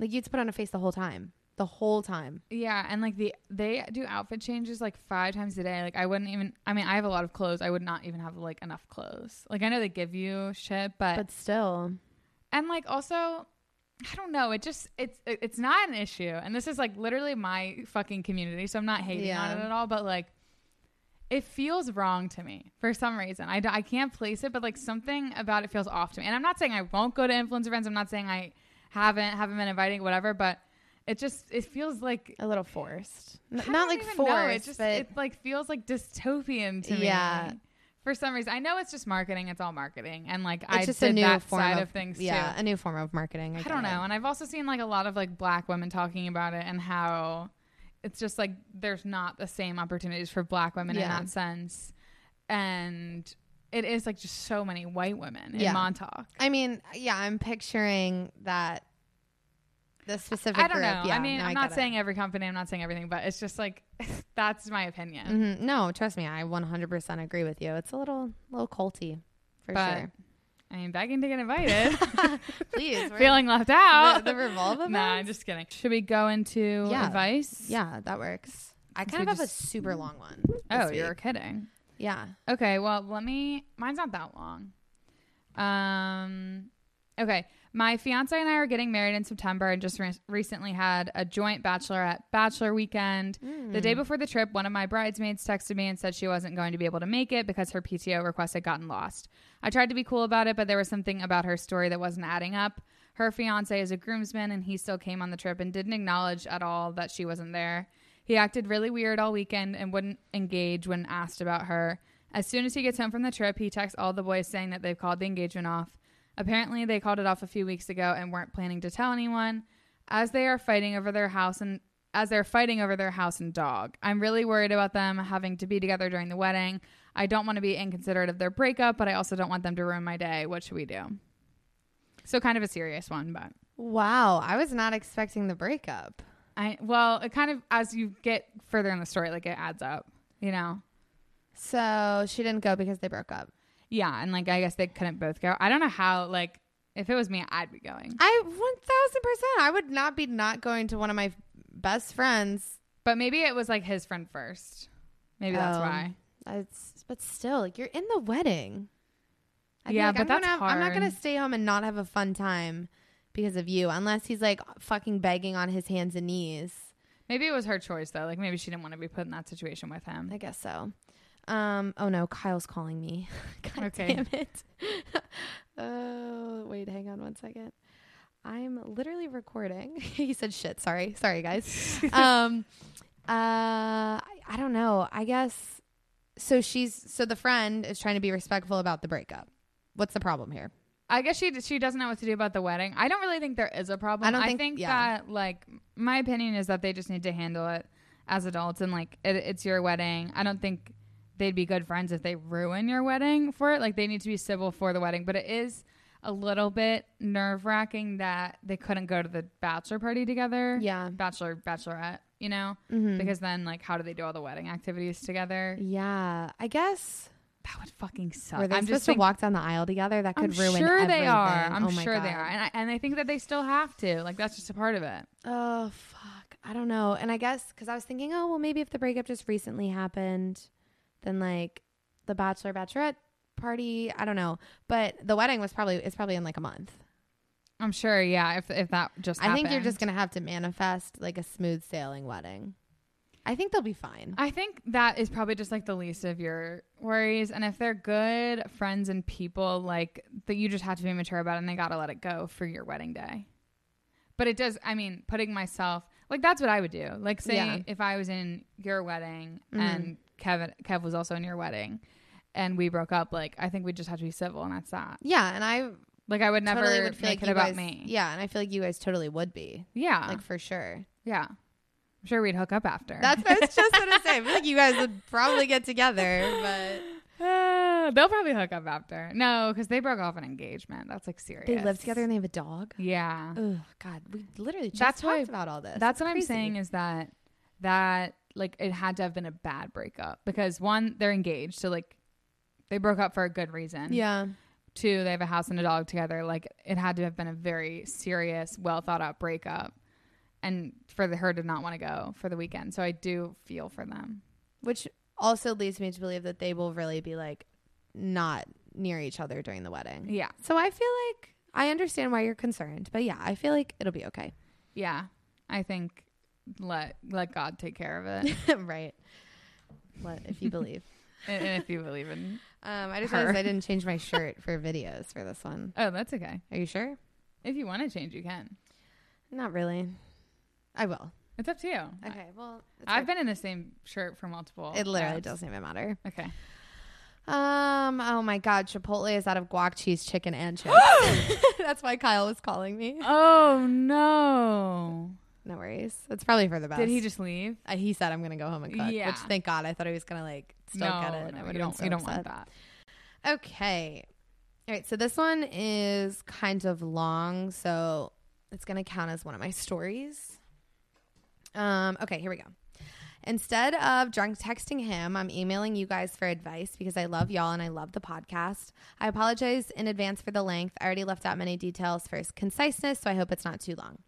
Speaker 1: Like you have to put on a face the whole time, the whole time.
Speaker 2: Yeah, and like the they do outfit changes like five times a day. Like I wouldn't even. I mean, I have a lot of clothes. I would not even have like enough clothes. Like I know they give you shit, but,
Speaker 1: But still,
Speaker 2: and like also, I don't know. It just it's it- it's not an issue, and this is like literally my fucking community, so I'm not hating on
Speaker 1: Yeah.
Speaker 2: it at all. But like, it feels wrong to me for some reason. I d- I can't place it, but like something about it feels off to me. And I'm not saying I won't go to influencer events. I'm not saying I haven't haven't been inviting whatever, but it just it feels like
Speaker 1: A little forced. N-
Speaker 2: I
Speaker 1: not
Speaker 2: don't
Speaker 1: like
Speaker 2: even know.
Speaker 1: forced,
Speaker 2: It just
Speaker 1: but
Speaker 2: it like feels like dystopian to me.
Speaker 1: Yeah.
Speaker 2: For some reason, I know it's just marketing. It's all marketing, and like I
Speaker 1: it's just
Speaker 2: did
Speaker 1: a new
Speaker 2: that
Speaker 1: form
Speaker 2: side of, things
Speaker 1: Yeah,
Speaker 2: too.
Speaker 1: a new form of marketing. I,
Speaker 2: I don't
Speaker 1: get it.
Speaker 2: know. And I've also seen like a lot of like black women talking about it and how it's just like there's not the same opportunities for black women in
Speaker 1: Yeah.
Speaker 2: that sense. And it is like just so many white women in
Speaker 1: Yeah.
Speaker 2: Montauk.
Speaker 1: I mean, yeah, I'm picturing that. The specific.
Speaker 2: I don't
Speaker 1: group.
Speaker 2: know.
Speaker 1: Yeah,
Speaker 2: I mean,
Speaker 1: no,
Speaker 2: I'm not
Speaker 1: get it.
Speaker 2: saying every company, I'm not saying everything, but it's just like that's my opinion.
Speaker 1: Mhm. No, trust me, I 100% agree with you. It's a little, little culty, for
Speaker 2: but
Speaker 1: sure.
Speaker 2: I mean, begging to get invited,
Speaker 1: Please, we're-
Speaker 2: feeling left out.
Speaker 1: the, the revolve event.
Speaker 2: nah, I'm just kidding. Should we go into
Speaker 1: Yeah.
Speaker 2: advice?
Speaker 1: yeah, that works. I
Speaker 2: Since
Speaker 1: kind
Speaker 2: we
Speaker 1: of have
Speaker 2: just-
Speaker 1: a super long one.
Speaker 2: Oh,
Speaker 1: this
Speaker 2: you're
Speaker 1: week.
Speaker 2: kidding.
Speaker 1: yeah.
Speaker 2: Okay, well, let me. Mine's not that long. Um, okay, my fiance and I are getting married in September, and just re- recently had a joint bachelorette bachelor weekend.
Speaker 1: Mm.
Speaker 2: The
Speaker 1: Hmm.
Speaker 2: day before the trip, one of my bridesmaids texted me and said she wasn't going to be able to make it because her PTO request had gotten lost. I tried to be cool about it, but there was something about her story that wasn't adding up. Her fiance is a groomsman, and he still came on the trip and didn't acknowledge at all that she wasn't there. He acted really weird all weekend and wouldn't engage when asked about her. As soon as he gets home from the trip, he texts all the boys saying that they've called the engagement off. Apparently, they called it off a few weeks ago and weren't planning to tell anyone. As they are fighting over their house and as they're fighting over their house and dog, I'm really worried about them having to be together during the wedding. I don't want to be inconsiderate of their breakup, but I also don't want them to ruin my day. What should we do? So, kind of a serious one, but
Speaker 1: Wow, I was not expecting the breakup.
Speaker 2: I well, it kind of as you get further in the story, like it adds up, you know.
Speaker 1: So she didn't go because they broke up.
Speaker 2: Yeah, and like I guess they couldn't both go. I don't know how. Like if it was me, I'd be going.
Speaker 1: I 1000%. I would not be not going to one of my best friends.
Speaker 2: But maybe it was like his friend first. Maybe that's
Speaker 1: Oh.
Speaker 2: why.
Speaker 1: It's, but still, like you're in the wedding. I'd be
Speaker 2: Yeah,
Speaker 1: like,
Speaker 2: but
Speaker 1: I'm gonna,
Speaker 2: that's
Speaker 1: I'm not
Speaker 2: hard.
Speaker 1: going to stay home and not have a fun time because of you, unless he's like fucking begging on his hands and knees.
Speaker 2: Maybe it was her choice though. Like maybe she didn't want to be put in that situation with him.
Speaker 1: I guess so. Um. Oh no, Kyle's calling me. God
Speaker 2: Okay.
Speaker 1: damn it. oh wait, hang on one second. I'm literally recording. he said shit. Sorry, sorry guys. um. Uh. I, I don't know. I guess. So she's so the friend is trying to be respectful about the breakup. What's the problem here?
Speaker 2: I guess she she doesn't know what to do about the wedding. I don't really think there is a problem.
Speaker 1: I don't think- yeah.
Speaker 2: that like my opinion is that they just need to handle it as adults and like it, it's your wedding. I don't think they'd be good friends if they ruin your wedding for it. Like they need to be civil for the wedding, but it is a little bit nerve wracking that they couldn't go to the bachelor party together.
Speaker 1: Yeah. Mm-hmm.
Speaker 2: bachelor bachelorette, you know, because then like how do they do all the wedding activities together?
Speaker 1: Yeah, I guess.
Speaker 2: That would fucking suck.
Speaker 1: Were they
Speaker 2: I'm
Speaker 1: supposed
Speaker 2: just
Speaker 1: to
Speaker 2: thinking-
Speaker 1: walk down the aisle together? That could
Speaker 2: I'm
Speaker 1: ruin
Speaker 2: sure
Speaker 1: everything.
Speaker 2: they are. I'm
Speaker 1: Oh my
Speaker 2: sure they
Speaker 1: God.
Speaker 2: are, and I, and I think that they still have to. Like that's just a part of it.
Speaker 1: Oh fuck, I don't know. And I guess because I was thinking, oh well, maybe if the breakup just recently happened, then like the bachelor bachelorette party, I don't know. But the wedding was probably it's probably in like a month.
Speaker 2: I'm sure. Yeah. If if that just,
Speaker 1: I think you're just
Speaker 2: happened.
Speaker 1: gonna have to manifest like a smooth sailing wedding. I think they'll be fine.
Speaker 2: I think that is probably just like the least of your worries. And if they're good friends and people, like that, you just have to be mature about, it and they gotta let it go for your wedding day. But it does. I mean, putting myself like that's what I would do. Like, say
Speaker 1: Yeah. Mm-hmm.
Speaker 2: if I was in your wedding and Kevin Kev was also in your wedding, and we broke up. Like, I think we just have to be civil, and that's that.
Speaker 1: yeah, and I
Speaker 2: Like, I would never
Speaker 1: totally would feel
Speaker 2: make
Speaker 1: like
Speaker 2: it
Speaker 1: you
Speaker 2: about
Speaker 1: guys,
Speaker 2: me.
Speaker 1: Yeah, and I feel like you guys totally would be
Speaker 2: Yeah.
Speaker 1: like for sure.
Speaker 2: yeah. I'm sure we'd hook up after.
Speaker 1: That's what I was just gonna say. I feel like you guys would probably get together, but
Speaker 2: Uh, they'll probably hook up after. No, because they broke off an engagement. That's like serious.
Speaker 1: they live together and they have a dog.
Speaker 2: Yeah.
Speaker 1: Oh God, we literally just
Speaker 2: That's
Speaker 1: talked
Speaker 2: why-
Speaker 1: about all this.
Speaker 2: That's what I'm
Speaker 1: Crazy.
Speaker 2: saying is that that like it had to have been a bad breakup because one, they're engaged, so like they broke up for a good reason.
Speaker 1: Yeah,
Speaker 2: Two, they have a house and a dog together. Like it had to have been a very serious, well thought out breakup. And for the, her to not want to go for the weekend. So I do feel for them.
Speaker 1: which also leads me to believe that they will really be like not near each other during the wedding.
Speaker 2: Yeah.
Speaker 1: So I feel like I understand why you're concerned, but yeah, I feel like it'll be okay.
Speaker 2: Yeah. I think let let God take care of it.
Speaker 1: right. What if you believe?
Speaker 2: and and if you believe in
Speaker 1: Um, I just
Speaker 2: Her.
Speaker 1: realized I didn't change my shirt for videos for this one.
Speaker 2: Oh, that's okay.
Speaker 1: Are you sure?
Speaker 2: If you want to change, you can.
Speaker 1: Not really. I will.
Speaker 2: It's up to you.
Speaker 1: Okay. Well, it's
Speaker 2: I've
Speaker 1: your-
Speaker 2: been in the same shirt for multiple.
Speaker 1: It literally
Speaker 2: ads.
Speaker 1: doesn't even matter.
Speaker 2: Okay.
Speaker 1: Um. Oh my God, Chipotle is out of guac, cheese, chicken, and chips. That's why Kyle was calling me.
Speaker 2: Oh no!
Speaker 1: No worries. That's probably for the best.
Speaker 2: Did he just leave?
Speaker 1: Uh, he said I'm gonna go home and cook.
Speaker 2: Yeah.
Speaker 1: Which thank God. I thought he was gonna like still
Speaker 2: no,
Speaker 1: get it.
Speaker 2: no,
Speaker 1: I
Speaker 2: you
Speaker 1: would've been
Speaker 2: don't.
Speaker 1: so
Speaker 2: you don't want
Speaker 1: upset.
Speaker 2: that.
Speaker 1: Okay. All right. So this one is kind of long, so it's going to count as one of my stories. Um, okay, here we go. Instead of drunk texting him, I'm emailing you guys for advice because I love y'all and I love the podcast. I apologize in advance for the length. I already left out many details for his conciseness, so I hope it's not too long.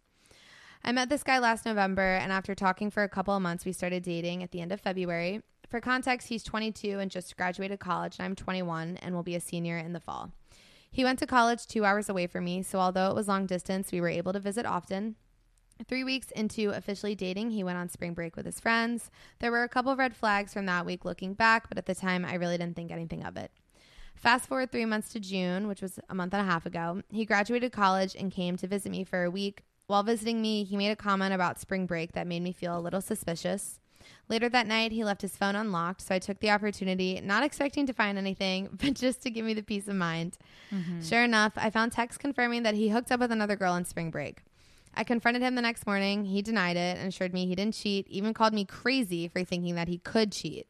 Speaker 1: I met this guy last November, and after talking for a couple of months, we started dating at the end of February. For context, he's 22 and just graduated college, and I'm 21 and will be a senior in the fall. He went to college two hours away from me, so although it was long distance, we were able to visit often. Three weeks into officially dating, he went on spring break with his friends. There were a couple of red flags from that week looking back, but at the time, I really didn't think anything of it. Fast forward three months to June, which was a month and a half ago. He graduated college and came to visit me for a week. While visiting me, he made a comment about spring break that made me feel a little suspicious. Later that night, he left his phone unlocked, so I took the opportunity, not expecting to find anything, but just to give me the peace of mind. Sure enough, I found texts confirming that he hooked up with another girl in spring break. I confronted him the next morning. He denied it and assured me he didn't cheat, even called me crazy for thinking that he could cheat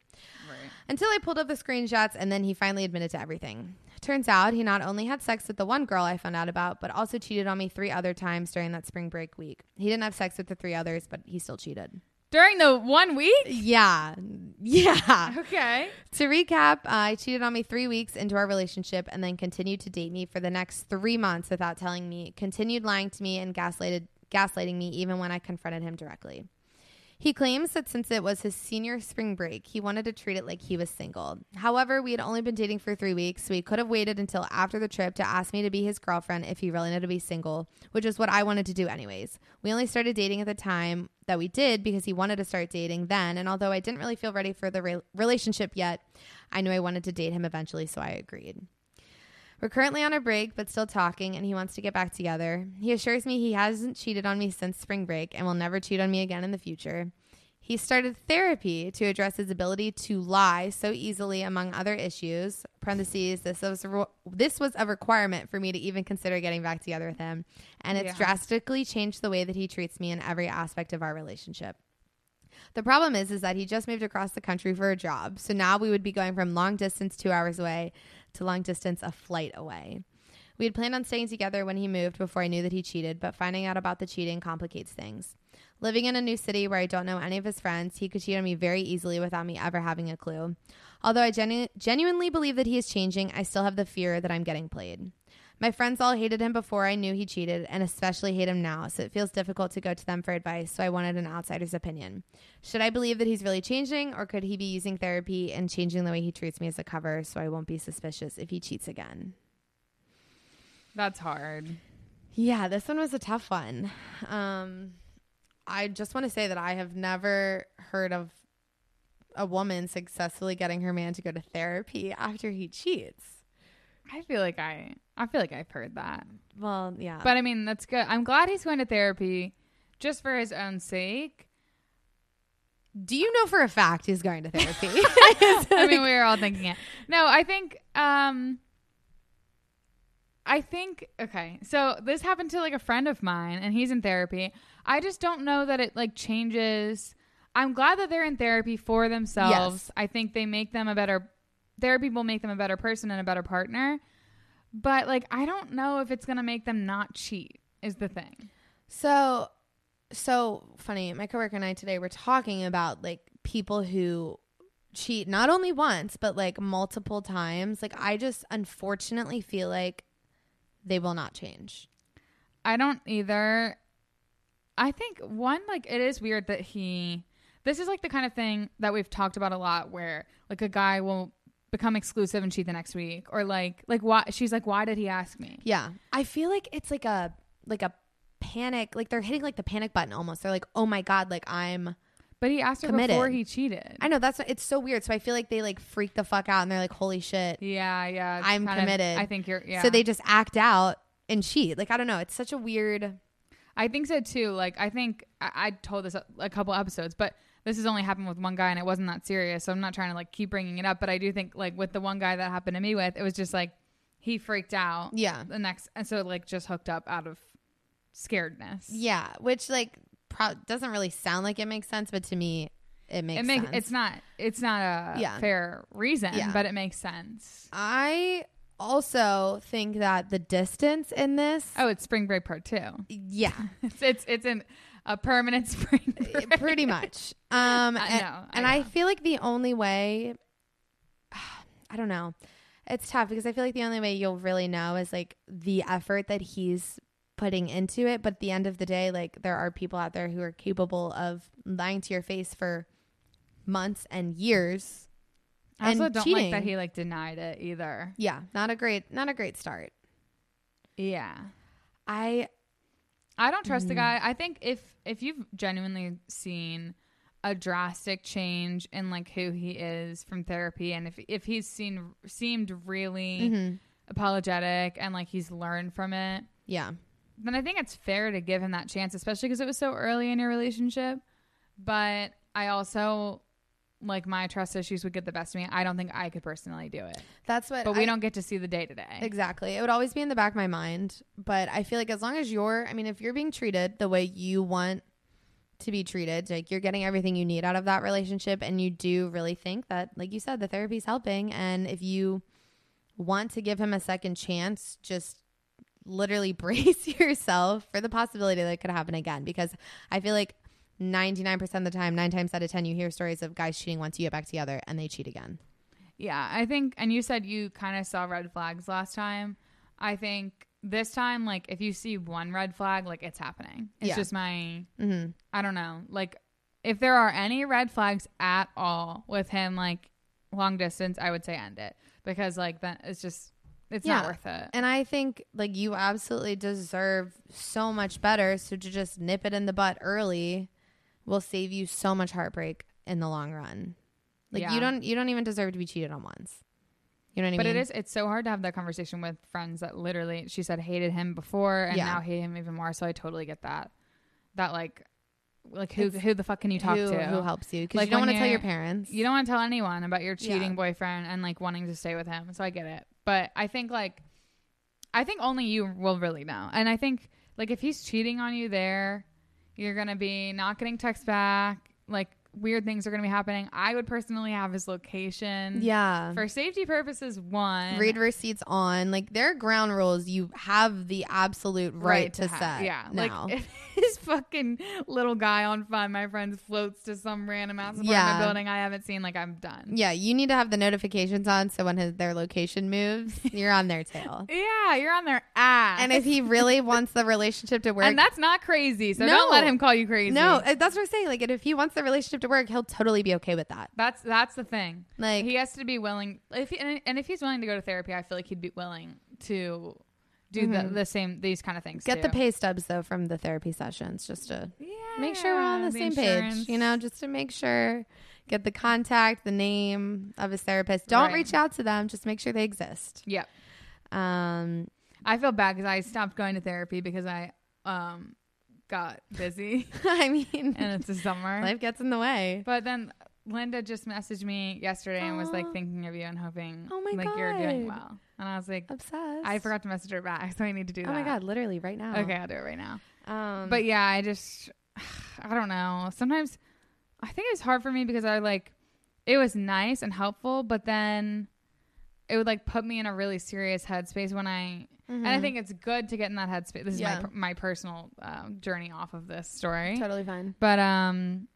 Speaker 2: Right.
Speaker 1: until I pulled up the screenshots and then he finally admitted to everything. Turns out he not only had sex with the one girl I found out about, but also cheated on me three other times during that spring break week. He didn't have sex with the three others, but he still cheated.
Speaker 2: During the one week.
Speaker 1: Yeah. Yeah.
Speaker 2: Okay.
Speaker 1: to recap, uh, he cheated on me three weeks into our relationship and then continued to date me for the next three months without telling me, continued lying to me, and gaslighted, gaslighting me even when I confronted him directly. He claims that since it was his senior spring break, he wanted to treat it like he was single. However, we had only been dating for three weeks, so he could have waited until after the trip to ask me to be his girlfriend if he really wanted to be single, which is what I wanted to do anyways. We only started dating at the time that we did because he wanted to start dating then, and although I didn't really feel ready for the re- relationship yet, I knew I wanted to date him eventually, so I agreed. We're currently on a break, but still talking, and he wants to get back together. He assures me he hasn't cheated on me since spring break and will never cheat on me again in the future. He started therapy to address his ability to lie so easily, among other issues. Parentheses, this was a, re- this was a requirement for me to even consider getting back together with him, and it's
Speaker 2: Yeah.
Speaker 1: drastically changed the way that he treats me in every aspect of our relationship. The problem is, is that he just moved across the country for a job. So now we would be going from long distance two hours away to long distance a flight away. We had planned on staying together when he moved before I knew that he cheated, but finding out about the cheating complicates things. Living in a new city where I don't know any of his friends, he could cheat on me very easily without me ever having a clue. Although I genu- genuinely believe that he is changing, I still have the fear that I'm getting played. My friends all hated him before I knew he cheated, and especially hate him now, so it feels difficult to go to them for advice, so I wanted an outsider's opinion. Should I believe that he's really changing, or could he be using therapy and changing the way he treats me as a cover so I won't be suspicious if he cheats again?
Speaker 2: That's hard.
Speaker 1: Yeah, this one was a tough one. Um, I just want to say that I have never heard of a woman successfully getting her man to go to therapy after he cheats.
Speaker 2: I feel like I. I feel like I've heard that.
Speaker 1: Well, yeah.
Speaker 2: But I mean, that's good. I'm glad he's going to therapy, just for his own sake.
Speaker 1: do you know for a fact he's going to therapy?
Speaker 2: I mean, we were all thinking it. No, I think, um, I think, okay. So this happened to like a friend of mine and he's in therapy. I just don't know that it like changes. I'm glad that they're in therapy for themselves.
Speaker 1: Yes.
Speaker 2: I think they make them a better, therapy will make them a better person and a better partner. But like, I don't know if it's going to make them not cheat, is the thing.
Speaker 1: So, so funny. My coworker and I today were talking about like people who cheat not only once but like multiple times. Like I just unfortunately feel like they will not change.
Speaker 2: I don't either. I think one like it is weird that he this is like the kind of thing that we've talked about a lot where like a guy will become exclusive and cheat the next week or like like why she's like why did he ask me
Speaker 1: Yeah. I feel like it's like a like a panic like they're hitting like the panic button almost. They're like, "Oh my god, like I'm
Speaker 2: but he asked her
Speaker 1: Committed.
Speaker 2: before he cheated
Speaker 1: I know that's it's so weird. So I feel like they like freak the fuck out and they're like, "Holy shit."
Speaker 2: yeah yeah it's
Speaker 1: I'm
Speaker 2: kind of-
Speaker 1: committed.
Speaker 2: i think you're yeah
Speaker 1: So they just act out and cheat. Like I don't know, it's such a weird
Speaker 2: I think so too. Like I think I, I told this a, a couple episodes, but this has only happened with one guy, and it wasn't that serious. So I'm not trying to like keep bringing it up, but I do think like with the one guy that happened to me with, it was just like he freaked out.
Speaker 1: Yeah.
Speaker 2: The next, and so like just hooked up out of scaredness.
Speaker 1: Yeah, which like pro- doesn't really sound like it makes sense, but to me it makes
Speaker 2: it makes
Speaker 1: sense.
Speaker 2: it's not it's not a
Speaker 1: Yeah.
Speaker 2: fair reason,
Speaker 1: Yeah.
Speaker 2: but it makes sense.
Speaker 1: I also think that the distance in this
Speaker 2: Oh, it's spring break part two.
Speaker 1: yeah,
Speaker 2: It's it's it's an, a permanent spring. Break.
Speaker 1: Eh, pretty much. Um,
Speaker 2: I
Speaker 1: and,
Speaker 2: know, I
Speaker 1: and I
Speaker 2: know.
Speaker 1: feel like the only way, I don't know, it's tough because I feel like the only way you'll really know is like the effort that he's putting into it. But at the end of the day, like there are people out there who are capable of lying to your face for months and years.
Speaker 2: I also
Speaker 1: and
Speaker 2: don't like that
Speaker 1: cheating.
Speaker 2: he like denied it either.
Speaker 1: Yeah, not a great, not a great start.
Speaker 2: Yeah.
Speaker 1: I
Speaker 2: I don't trust
Speaker 1: Mm.
Speaker 2: the guy. I think if if you've genuinely seen a drastic change in like who he is from therapy and if if he's seen seemed really
Speaker 1: Mm-hmm.
Speaker 2: apologetic and like he's learned from it,
Speaker 1: yeah,
Speaker 2: then I think it's fair to give him that chance, especially because it was so early in your relationship. But I also like my trust issues would get the best of me. I don't think I could personally do it.
Speaker 1: that's what.
Speaker 2: But we
Speaker 1: I-
Speaker 2: don't get to see the day to day.
Speaker 1: Exactly. It would always be in the back of my mind. But I feel like as long as you're, I mean, if you're being treated the way you want to be treated, like you're getting everything you need out of that relationship, and you do really think that, like you said, the therapy's helping. And if you want to give him a second chance, just literally brace yourself for the possibility that it could happen again. Because I feel like 99% of the time, nine times out of 10, you hear stories of guys cheating once you get back together and they cheat again.
Speaker 2: Yeah, I think, and you said you kind of saw red flags last time. I think this time, like, if you see one red flag, like, it's happening. It's
Speaker 1: Yeah.
Speaker 2: just my,
Speaker 1: Mm-hmm.
Speaker 2: I don't know. Like, if there are any red flags at all with him, like, long distance, I would say end it because, like, then it's just, it's
Speaker 1: Yeah.
Speaker 2: not worth it.
Speaker 1: And I think like you absolutely deserve so much better. So to just nip it in the butt early will save you so much heartbreak in the long run. Like
Speaker 2: Yeah.
Speaker 1: you don't you don't even deserve to be cheated on once. You know what I
Speaker 2: but
Speaker 1: mean?
Speaker 2: it is, it's so hard to have that conversation with friends that literally, she said, hated him before and
Speaker 1: Yeah.
Speaker 2: now hate him even more. So I totally get that. That, like, like who, who the fuck can you talk
Speaker 1: who,
Speaker 2: to?
Speaker 1: who helps you because
Speaker 2: Like,
Speaker 1: you don't
Speaker 2: when
Speaker 1: want to tell your
Speaker 2: you're-
Speaker 1: parents.
Speaker 2: You don't want to tell anyone about your
Speaker 1: Yeah.
Speaker 2: cheating boyfriend and like wanting to stay with him. So I get it. But I think like I think only you will really know. And I think like if he's cheating on you there, you're going to be not getting texts back. Like weird things are going to be happening. I would personally have his location.
Speaker 1: yeah.
Speaker 2: For safety purposes, one.
Speaker 1: Read receipts on like there are ground rules. You have the absolute right, to,
Speaker 2: ha-
Speaker 1: set.
Speaker 2: Yeah.
Speaker 1: now.
Speaker 2: Like if his fucking little guy on fun, my friends floats to some random ass apartment
Speaker 1: Yeah.
Speaker 2: building I haven't seen, like I'm done.
Speaker 1: yeah, you need to have the notifications on so when his, their location moves, you're on their tail.
Speaker 2: Yeah, you're on their ass.
Speaker 1: and if he really wants the relationship to work,
Speaker 2: And that's not crazy. So
Speaker 1: No.
Speaker 2: don't let him call you crazy.
Speaker 1: No, uh, that's what I'm saying. Like, and if he wants the relationship to work, he'll totally be okay with that.
Speaker 2: That's that's the thing.
Speaker 1: Like-
Speaker 2: he has to be willing. If he, and, and if he's willing to go to therapy, I feel like he'd be willing to do the, the same these kind of things.
Speaker 1: Mm-hmm. Get the
Speaker 2: too.
Speaker 1: pay stubs though from the therapy sessions, just to
Speaker 2: Yeah,
Speaker 1: make sure we're on the, same
Speaker 2: insurance.
Speaker 1: page. You know, just to make sure. Get the contact, the name of his therapist. Don't
Speaker 2: Right.
Speaker 1: reach out to them. Just make sure they exist.
Speaker 2: Yep.
Speaker 1: Um,
Speaker 2: I feel bad because I stopped going to therapy because I um got busy
Speaker 1: I mean,
Speaker 2: and it's the summer.
Speaker 1: life gets in the way.
Speaker 2: But then Linda just messaged me yesterday and was like
Speaker 1: Aw.
Speaker 2: thinking of you and hoping
Speaker 1: Oh my
Speaker 2: like you're doing
Speaker 1: God.
Speaker 2: well. And I was like,
Speaker 1: Obsessed.
Speaker 2: I forgot to message her back, so I need to do
Speaker 1: Oh
Speaker 2: that.
Speaker 1: my god, literally right now.
Speaker 2: Okay, I'll do it right now.
Speaker 1: Um,
Speaker 2: But yeah, I just I don't know. Sometimes I think it's hard for me because I like it was nice and helpful, but then it would like put me in a really serious headspace when I and
Speaker 1: mm-hmm.
Speaker 2: I think it's good to get in that headspace. This
Speaker 1: Hmm. Yeah.
Speaker 2: is my per- my personal um, journey off of this story,
Speaker 1: totally fine.
Speaker 2: but um.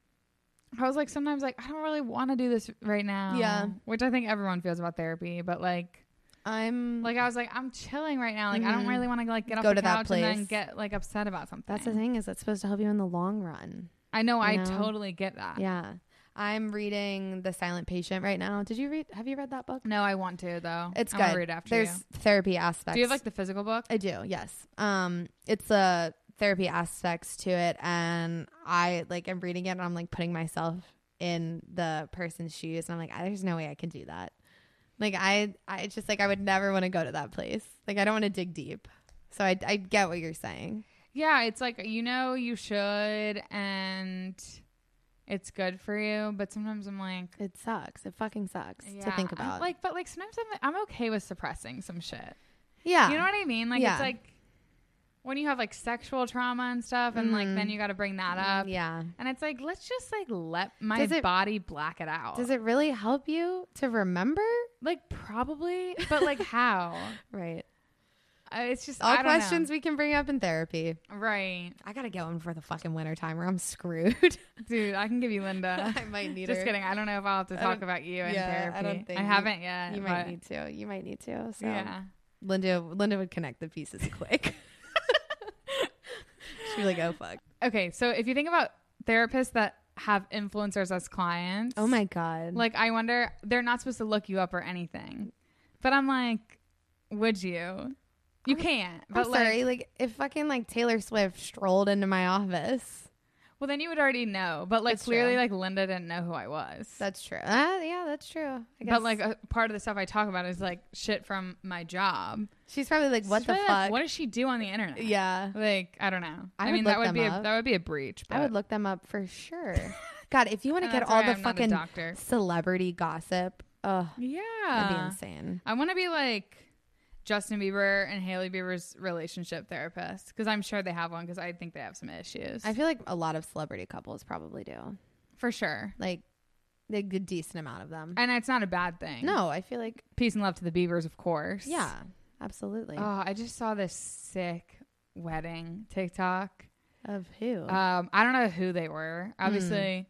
Speaker 2: I was like sometimes like I don't really want to do this right now.
Speaker 1: Yeah.
Speaker 2: Which I think everyone feels about therapy, but like
Speaker 1: I'm like,
Speaker 2: like I was like I'm chilling right now. Like I don't
Speaker 1: Mhm.
Speaker 2: really want to like get off
Speaker 1: Go
Speaker 2: the
Speaker 1: to that
Speaker 2: couch and then
Speaker 1: place.
Speaker 2: get like upset about something.
Speaker 1: that's the thing is it's supposed to help you in the long run.
Speaker 2: I know. I
Speaker 1: know?
Speaker 2: totally get that.
Speaker 1: Yeah. I'm reading The Silent Patient right now. Did you read? Have you read that book?
Speaker 2: No, I want to though.
Speaker 1: It's
Speaker 2: I'm
Speaker 1: good.
Speaker 2: Gonna read after
Speaker 1: There's
Speaker 2: you.
Speaker 1: therapy aspects.
Speaker 2: Do you have like the physical book?
Speaker 1: I do. Yes. Um, it's a therapy aspects to it, and I like I'm reading it, and I'm like putting myself in the person's shoes, and I'm like, "Ah, there's no way I can do that. Like I, I it's just like I would never want to go to that place. Like I don't want to dig deep. So I, I get what you're saying.
Speaker 2: Yeah, it's like you know you should and it's good for you, but sometimes I'm like
Speaker 1: It sucks. It fucking sucks to
Speaker 2: yeah,
Speaker 1: think
Speaker 2: I'm
Speaker 1: about.
Speaker 2: like, but like sometimes I'm I'm okay with suppressing some shit.
Speaker 1: yeah,
Speaker 2: You know what I mean? Like
Speaker 1: Yeah.
Speaker 2: it's like when you have like sexual trauma and stuff, and like then you got to bring that up.
Speaker 1: Mm-hmm. yeah.
Speaker 2: And it's like let's just like let my
Speaker 1: Does it-
Speaker 2: body black it out.
Speaker 1: Does it really help you to remember?
Speaker 2: like probably, but like how?
Speaker 1: Right.
Speaker 2: Uh, it's just
Speaker 1: All
Speaker 2: I don't know.
Speaker 1: questions we can bring up in therapy.
Speaker 2: right,
Speaker 1: I gotta get one for the fucking winter time, or I'm screwed.
Speaker 2: dude? I can give you Linda.
Speaker 1: I might need
Speaker 2: just
Speaker 1: her.
Speaker 2: kidding. I don't know if I'll have to
Speaker 1: I
Speaker 2: talk
Speaker 1: don't-
Speaker 2: about you in
Speaker 1: yeah, I
Speaker 2: therapy. I,
Speaker 1: don't think you-
Speaker 2: haven't yet.
Speaker 1: You
Speaker 2: but-
Speaker 1: might need to. You might need to. So
Speaker 2: Yeah.
Speaker 1: Linda Linda would connect the pieces quick. She'd be like, oh fuck.
Speaker 2: Okay. So if you think about therapists that have influencers as clients,
Speaker 1: Oh my god.
Speaker 2: Like I wonder they're not supposed to look you up or anything, but I'm like, would you? You can't.
Speaker 1: I'm
Speaker 2: But
Speaker 1: sorry,
Speaker 2: like,
Speaker 1: like, if fucking like Taylor Swift strolled into my office.
Speaker 2: well then you would already know. But like
Speaker 1: That's
Speaker 2: clearly,
Speaker 1: true.
Speaker 2: like Linda didn't know who I was.
Speaker 1: That's true. Uh, yeah, that's true. I guess.
Speaker 2: but like a part of the stuff I talk about is like shit from my job.
Speaker 1: she's probably like, what
Speaker 2: She's
Speaker 1: the
Speaker 2: probably,
Speaker 1: fuck?
Speaker 2: like, what does she do on the internet?
Speaker 1: yeah.
Speaker 2: Like I don't know.
Speaker 1: I
Speaker 2: I,
Speaker 1: would
Speaker 2: mean
Speaker 1: look
Speaker 2: that would
Speaker 1: them
Speaker 2: be a,
Speaker 1: up.
Speaker 2: that would be a breach. But
Speaker 1: I would look them up for sure. God, if you want to
Speaker 2: And
Speaker 1: get
Speaker 2: that's
Speaker 1: all
Speaker 2: why
Speaker 1: the
Speaker 2: I'm not a
Speaker 1: fucking
Speaker 2: doctor.
Speaker 1: celebrity gossip, oh,
Speaker 2: Yeah.
Speaker 1: that'd be insane.
Speaker 2: I want to be like Justin Bieber and Haley Bieber's relationship therapist because I'm sure they have one because I think they have some issues
Speaker 1: I feel like a lot of celebrity couples probably do.
Speaker 2: for sure.
Speaker 1: Like, they a decent amount of them.
Speaker 2: And it's not a bad thing.
Speaker 1: no, I feel like
Speaker 2: Peace and love to the Beavers, of course.
Speaker 1: yeah, absolutely.
Speaker 2: Oh, I just saw this sick wedding TikTok.
Speaker 1: of who?
Speaker 2: Um, I don't know who they were.
Speaker 1: Hmm.
Speaker 2: Obviously.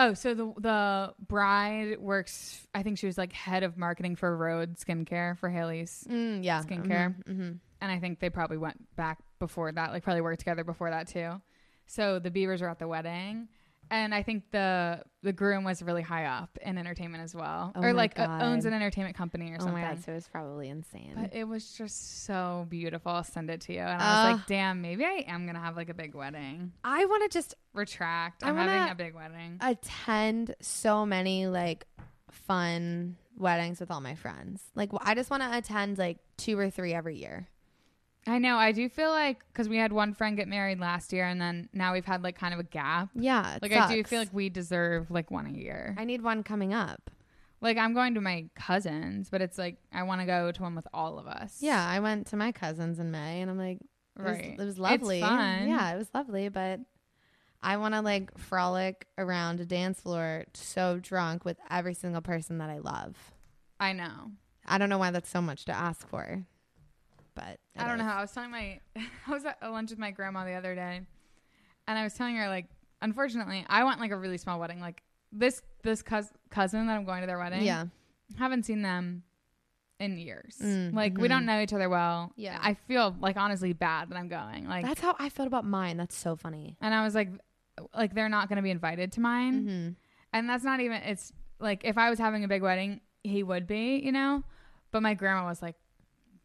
Speaker 2: Oh, so the the bride works. I think she was like head of marketing for Rode Skincare for Haley's
Speaker 1: Mm, yeah,
Speaker 2: skincare.
Speaker 1: hmm
Speaker 2: and I think they probably went back before that, like probably worked together before that too. So the Beavers were at the wedding, and I think the the groom was really high up in entertainment as well,
Speaker 1: Oh my
Speaker 2: or like uh, owns
Speaker 1: God.
Speaker 2: an entertainment company or
Speaker 1: Oh
Speaker 2: something.
Speaker 1: my god, so it was probably insane.
Speaker 2: but it was just so beautiful. I'll send it to you, and I was
Speaker 1: Ugh.
Speaker 2: like, "Damn, maybe I am gonna have like a big wedding."
Speaker 1: I want to just
Speaker 2: Retract.
Speaker 1: I
Speaker 2: I'm
Speaker 1: wanna-
Speaker 2: having a big wedding.
Speaker 1: attend so many like fun weddings with all my friends. Like, I just want to attend like two or three every year.
Speaker 2: I know. I do feel like because we had one friend get married last year, and then now we've had like kind of a gap.
Speaker 1: Yeah, it
Speaker 2: Like I do
Speaker 1: sucks.
Speaker 2: feel like we deserve like one a year.
Speaker 1: I need one coming up.
Speaker 2: Like I'm going to my cousin's, but it's like I want to go to one with all of us.
Speaker 1: Yeah, I went to my cousins in May, and I'm like, it was,
Speaker 2: Right.
Speaker 1: it was
Speaker 2: It's
Speaker 1: lovely.
Speaker 2: fun.
Speaker 1: Yeah, it was lovely, but I want to like frolic around a dance floor so drunk with every single person that I love.
Speaker 2: I know.
Speaker 1: I don't know why that's so much to ask for, but it
Speaker 2: I don't know
Speaker 1: is.
Speaker 2: how I was telling my I was at a lunch with my grandma the other day, and I was telling her like, unfortunately, I want like a really small wedding. Like this this cous- cousin that I'm going to their wedding.
Speaker 1: Yeah,
Speaker 2: haven't seen them in years.
Speaker 1: Mm,
Speaker 2: Like we
Speaker 1: mhm.
Speaker 2: don't know each other well.
Speaker 1: Yeah.
Speaker 2: I feel like honestly bad that I'm going. Like,
Speaker 1: that's how I felt about mine. That's so funny.
Speaker 2: and I was like, like they're not going to be invited to mine.
Speaker 1: hmm
Speaker 2: and that's not even it's like if i was having a big wedding he would be you know but my grandma was like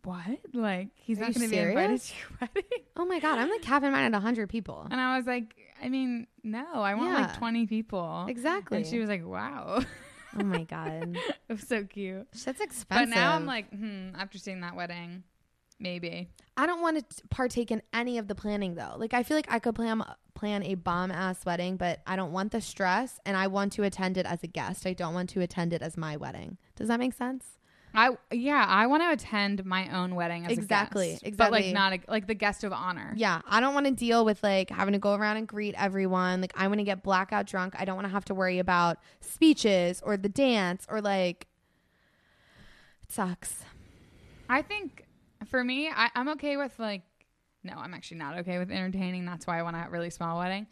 Speaker 2: what like he's
Speaker 1: Are
Speaker 2: not
Speaker 1: you
Speaker 2: going to be invited
Speaker 1: serious?
Speaker 2: to your wedding
Speaker 1: Oh my god, I'm like having mine at hundred people.
Speaker 2: and i was like i mean no i want
Speaker 1: Yeah.
Speaker 2: like 20 people
Speaker 1: Exactly.
Speaker 2: and she was like wow
Speaker 1: oh my god,
Speaker 2: it was so cute
Speaker 1: that's expensive.
Speaker 2: but now i'm like hmm after seeing that wedding maybe
Speaker 1: I don't want to partake in any of the planning though. Like I feel like I could plan plan a bomb ass wedding, but I don't want the stress and I want to attend it as a guest. I don't want to attend it as my wedding. Does that make sense?
Speaker 2: i yeah i want to attend my own wedding as
Speaker 1: Exactly,
Speaker 2: a guest, but
Speaker 1: exactly.
Speaker 2: like not a, like the guest of honor
Speaker 1: Yeah, I don't want to deal with like having to go around and greet everyone. Like I want to get blackout drunk. I don't want to have to worry about speeches or the dance or like it sucks.
Speaker 2: I think for me, I, I'm okay with like, no, I'm actually not okay with entertaining. That's why I want a really small wedding.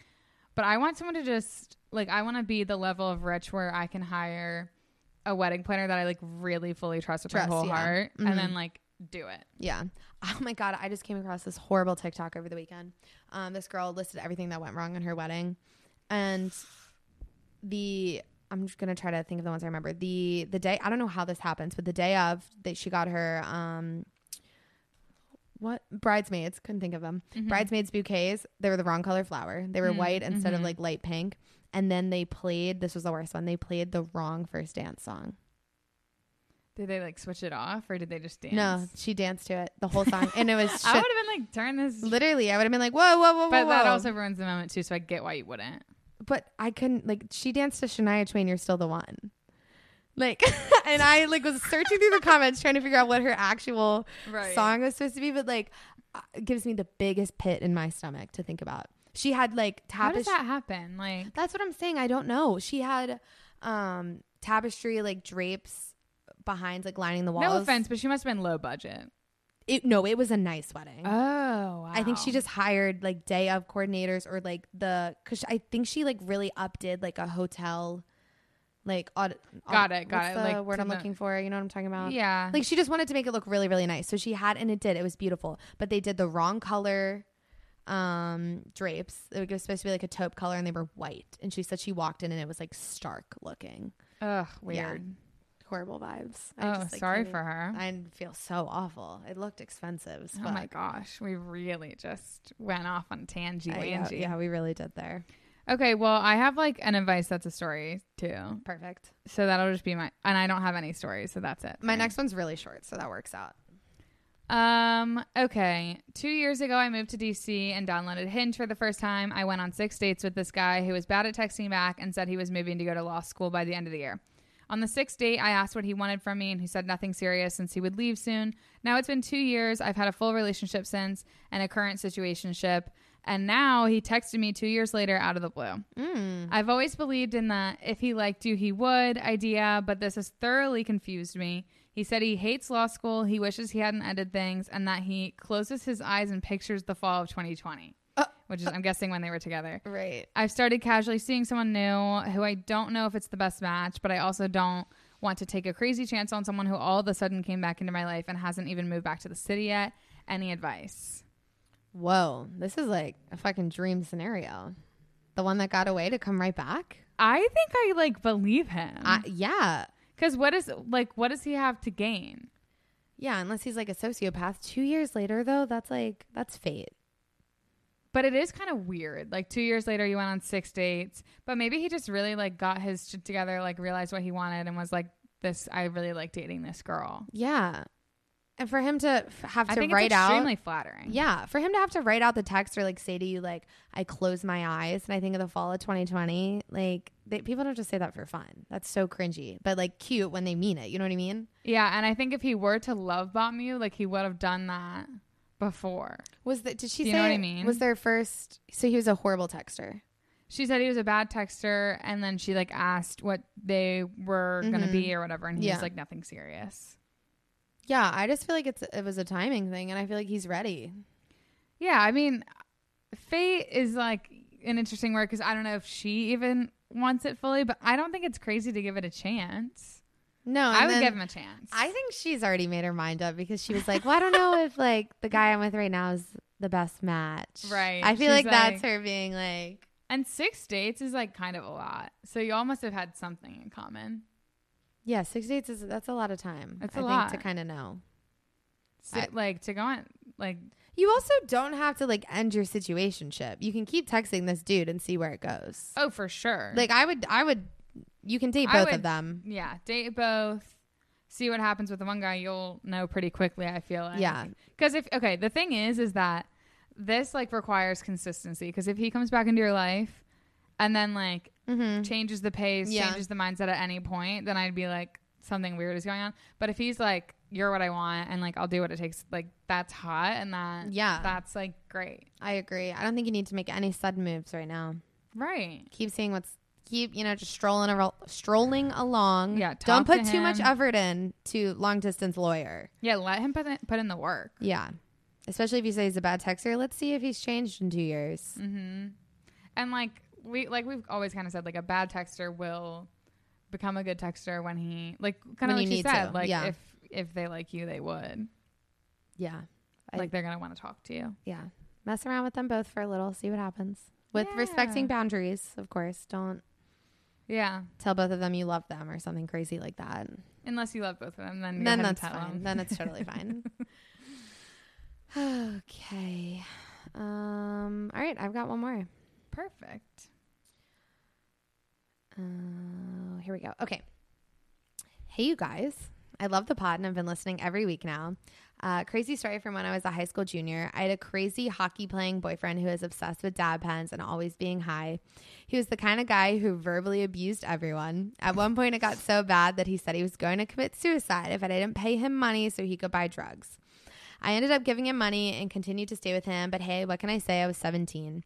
Speaker 2: But I want someone to just like, I want to be the level of rich where I can hire a wedding planner that I like really fully trust with
Speaker 1: Trust,
Speaker 2: my whole
Speaker 1: yeah.
Speaker 2: heart
Speaker 1: Mhm.
Speaker 2: and then like do it.
Speaker 1: Yeah. Oh my god, I just came across this horrible TikTok over the weekend. Um, this girl listed everything that went wrong in her wedding, and the I'm just gonna try to think of the ones I remember. The the day I don't know how this happens, but the day of that she got her um what bridesmaids couldn't think of them
Speaker 2: Mm-hmm.
Speaker 1: bridesmaids bouquets they were the wrong color flower they were white instead
Speaker 2: Mm-hmm.
Speaker 1: of like light pink and then they played this was the worst one they played the wrong first dance song
Speaker 2: Did they like switch it off or did they just dance?
Speaker 1: no she danced to it the whole song and it was
Speaker 2: I
Speaker 1: shit-
Speaker 2: would have been like, turn this.
Speaker 1: literally I would have been like whoa whoa whoa
Speaker 2: but
Speaker 1: whoa,
Speaker 2: that
Speaker 1: whoa.
Speaker 2: also ruins the moment too. So I get why you wouldn't.
Speaker 1: but I couldn't like she danced to Shania Twain, You're Still the One. Like and I like was searching through the comments trying to figure out what her actual
Speaker 2: Right.
Speaker 1: song was supposed to be, but like uh, it gives me the biggest pit in my stomach to think about. She had like
Speaker 2: How does
Speaker 1: tapestry
Speaker 2: that happen? Like,
Speaker 1: That's what I'm saying. I don't know. She had um tapestry like drapes behind like lining the walls.
Speaker 2: no offense, but she must have been low budget.
Speaker 1: It, no, it was a nice wedding.
Speaker 2: Oh, wow.
Speaker 1: I think she just hired like day of coordinators or like the because I think she like really updid like a hotel, like aud-
Speaker 2: Got it, got
Speaker 1: what's
Speaker 2: it,
Speaker 1: The
Speaker 2: like,
Speaker 1: word
Speaker 2: to
Speaker 1: I'm
Speaker 2: the-
Speaker 1: looking for. You know what I'm talking about?
Speaker 2: Yeah.
Speaker 1: Like she just wanted to make it look really really nice. So she had and it did. It was beautiful, but they did the wrong color um drapes it was supposed to be like a taupe color and they were white and she said she walked in and it was like stark looking
Speaker 2: Ugh, weird.
Speaker 1: horrible vibes
Speaker 2: Oh,
Speaker 1: just, like,
Speaker 2: sorry
Speaker 1: can't
Speaker 2: for
Speaker 1: even-
Speaker 2: her.
Speaker 1: i feel so awful it looked expensive as
Speaker 2: Oh my
Speaker 1: fuck.
Speaker 2: gosh, we really just went off on tangy
Speaker 1: I- Uh, yeah,
Speaker 2: wangy.
Speaker 1: yeah we really did there
Speaker 2: Okay, well, I have like an advice that's a story too.
Speaker 1: perfect
Speaker 2: So that'll just be my, and I don't have any stories, so that's it.
Speaker 1: My
Speaker 2: Fine.
Speaker 1: next one's really short, so that works out.
Speaker 2: Um, okay. Two years ago, I moved to DC and downloaded Hinge for the first time. I went on six dates with this guy who was bad at texting back and said he was moving to go to law school by the end of the year. On the sixth date, I asked what he wanted from me, and he said nothing serious since he would leave soon. Now it's been two years. I've had a full relationship since and a current situationship. And now he texted me two years later out of the blue. I've always believed in the if he liked you, he would idea, but this has thoroughly confused me. He said he hates law school, he wishes he hadn't ended things, and that he closes his eyes and pictures the fall of 2020, which is, I'm guessing, when they were together.
Speaker 1: Right.
Speaker 2: I've started casually seeing someone new who I don't know if it's the best match, but I also don't want to take a crazy chance on someone who all of a sudden came back into my life and hasn't even moved back to the city yet. Any advice?
Speaker 1: Whoa, this is like a fucking dream scenario. The one that got away to come right back?
Speaker 2: I think I like believe him.
Speaker 1: I, yeah.
Speaker 2: Because what is like what does he have to gain?
Speaker 1: Yeah, unless he's like a sociopath. Two years later, though, that's like, that's fate.
Speaker 2: But it is kind of weird. Like two years later, you went on six dates, but maybe he just really like got his shit together, like realized what he wanted, and was like, "This, I really like dating this girl."
Speaker 1: Yeah. And for him to f- have
Speaker 2: I
Speaker 1: to
Speaker 2: think
Speaker 1: write
Speaker 2: it's
Speaker 1: out.
Speaker 2: extremely flattering.
Speaker 1: Yeah, for him to have to write out the text or like say to you like I close my eyes and I think of the fall of 2020, like they, people don't just say that for fun. That's so cringy, but like cute when they mean it. You know what I mean?
Speaker 2: yeah. And I think if he were to love bomb you, like he would have done that before.
Speaker 1: Was that? Did she
Speaker 2: Do
Speaker 1: say?
Speaker 2: you know what I mean?
Speaker 1: Was their first? So he was a horrible texter.
Speaker 2: She said he was a bad texter, and then she like asked what they were gonna be or whatever, and he
Speaker 1: Mm-hmm. Yeah.
Speaker 2: was like, "Nothing serious."
Speaker 1: Yeah, I just feel like it's it was a timing thing, and I feel like he's ready.
Speaker 2: Yeah, I mean, fate is like an interesting word because I don't know if she even wants it fully, but I don't think it's crazy to give it a chance.
Speaker 1: No,
Speaker 2: I
Speaker 1: and
Speaker 2: would
Speaker 1: then-
Speaker 2: give him a chance.
Speaker 1: I think she's already made her mind up because she was like, "Well, I don't know if like the guy I'm with right now is the best match."
Speaker 2: Right.
Speaker 1: I feel
Speaker 2: She's
Speaker 1: like, that's
Speaker 2: like-
Speaker 1: her being like,
Speaker 2: and six dates is like kind of a lot. So y'all must have had something in common.
Speaker 1: "Yeah, six dates is that's a lot of time.
Speaker 2: That's
Speaker 1: I
Speaker 2: a
Speaker 1: think to
Speaker 2: lot.
Speaker 1: kind of know."
Speaker 2: So,
Speaker 1: I-
Speaker 2: like to go on, like
Speaker 1: You also don't have to like end your situationship. You can keep texting this dude and see where it goes.
Speaker 2: oh for sure.
Speaker 1: Like I would, I would. You can date
Speaker 2: I
Speaker 1: both of
Speaker 2: would-
Speaker 1: them.
Speaker 2: yeah, date both. See what happens with the one guy. You'll know pretty quickly. I feel like
Speaker 1: Yeah.
Speaker 2: Because if okay, the thing is, is that this like requires consistency. Because if he comes back into your life, and then like
Speaker 1: Mm-hmm.
Speaker 2: changes the pace,
Speaker 1: Yeah.
Speaker 2: changes the mindset at any point, then I'd be like something weird is going on. But if he's like, you're what I want, and like I'll do what it takes, like that's hot, and that
Speaker 1: Yeah.
Speaker 2: that's like great,
Speaker 1: I agree. I don't think you need to make any sudden moves right now.
Speaker 2: right?
Speaker 1: Keep seeing what's keep you know just strolling around, strolling along.
Speaker 2: Yeah,
Speaker 1: don't
Speaker 2: talk
Speaker 1: put
Speaker 2: to
Speaker 1: too much
Speaker 2: him.
Speaker 1: effort in to long distance lawyer.
Speaker 2: Yeah, let him put in, put in the work.
Speaker 1: Yeah, especially if you say he's a bad texter. Let's see if he's changed in two years.
Speaker 2: Mm. and like we like we've always kind of said like a bad texter will become a good texter when he like
Speaker 1: When
Speaker 2: kind of
Speaker 1: you
Speaker 2: like she
Speaker 1: need
Speaker 2: said
Speaker 1: to,
Speaker 2: like
Speaker 1: yeah.
Speaker 2: if if they like you they would
Speaker 1: Yeah, I-
Speaker 2: like they're gonna want to talk to you
Speaker 1: yeah. Mess around with them both for a little, see what happens. With respecting
Speaker 2: Yeah.
Speaker 1: boundaries, of course. Don't
Speaker 2: Yeah.
Speaker 1: Tell both of them you love them or something crazy like that.
Speaker 2: Unless you love both of them, then go
Speaker 1: then
Speaker 2: ahead and
Speaker 1: that's
Speaker 2: tell
Speaker 1: fine.
Speaker 2: 'em.
Speaker 1: Then it's totally fine. okay. Um. All right. I've got one more.
Speaker 2: Perfect.
Speaker 1: Uh, here we go. Okay. Hey, you guys. I love the pod and I've been listening every week now. Uh, crazy story from when I was a high school junior. I had a crazy hockey playing boyfriend who was obsessed with dab pens and always being high. He was the kind of guy who verbally abused everyone. At one point, it got so bad that he said he was going to commit suicide if I didn't pay him money so he could buy drugs. I ended up giving him money and continued to stay with him, but hey, what can I say? I was 17.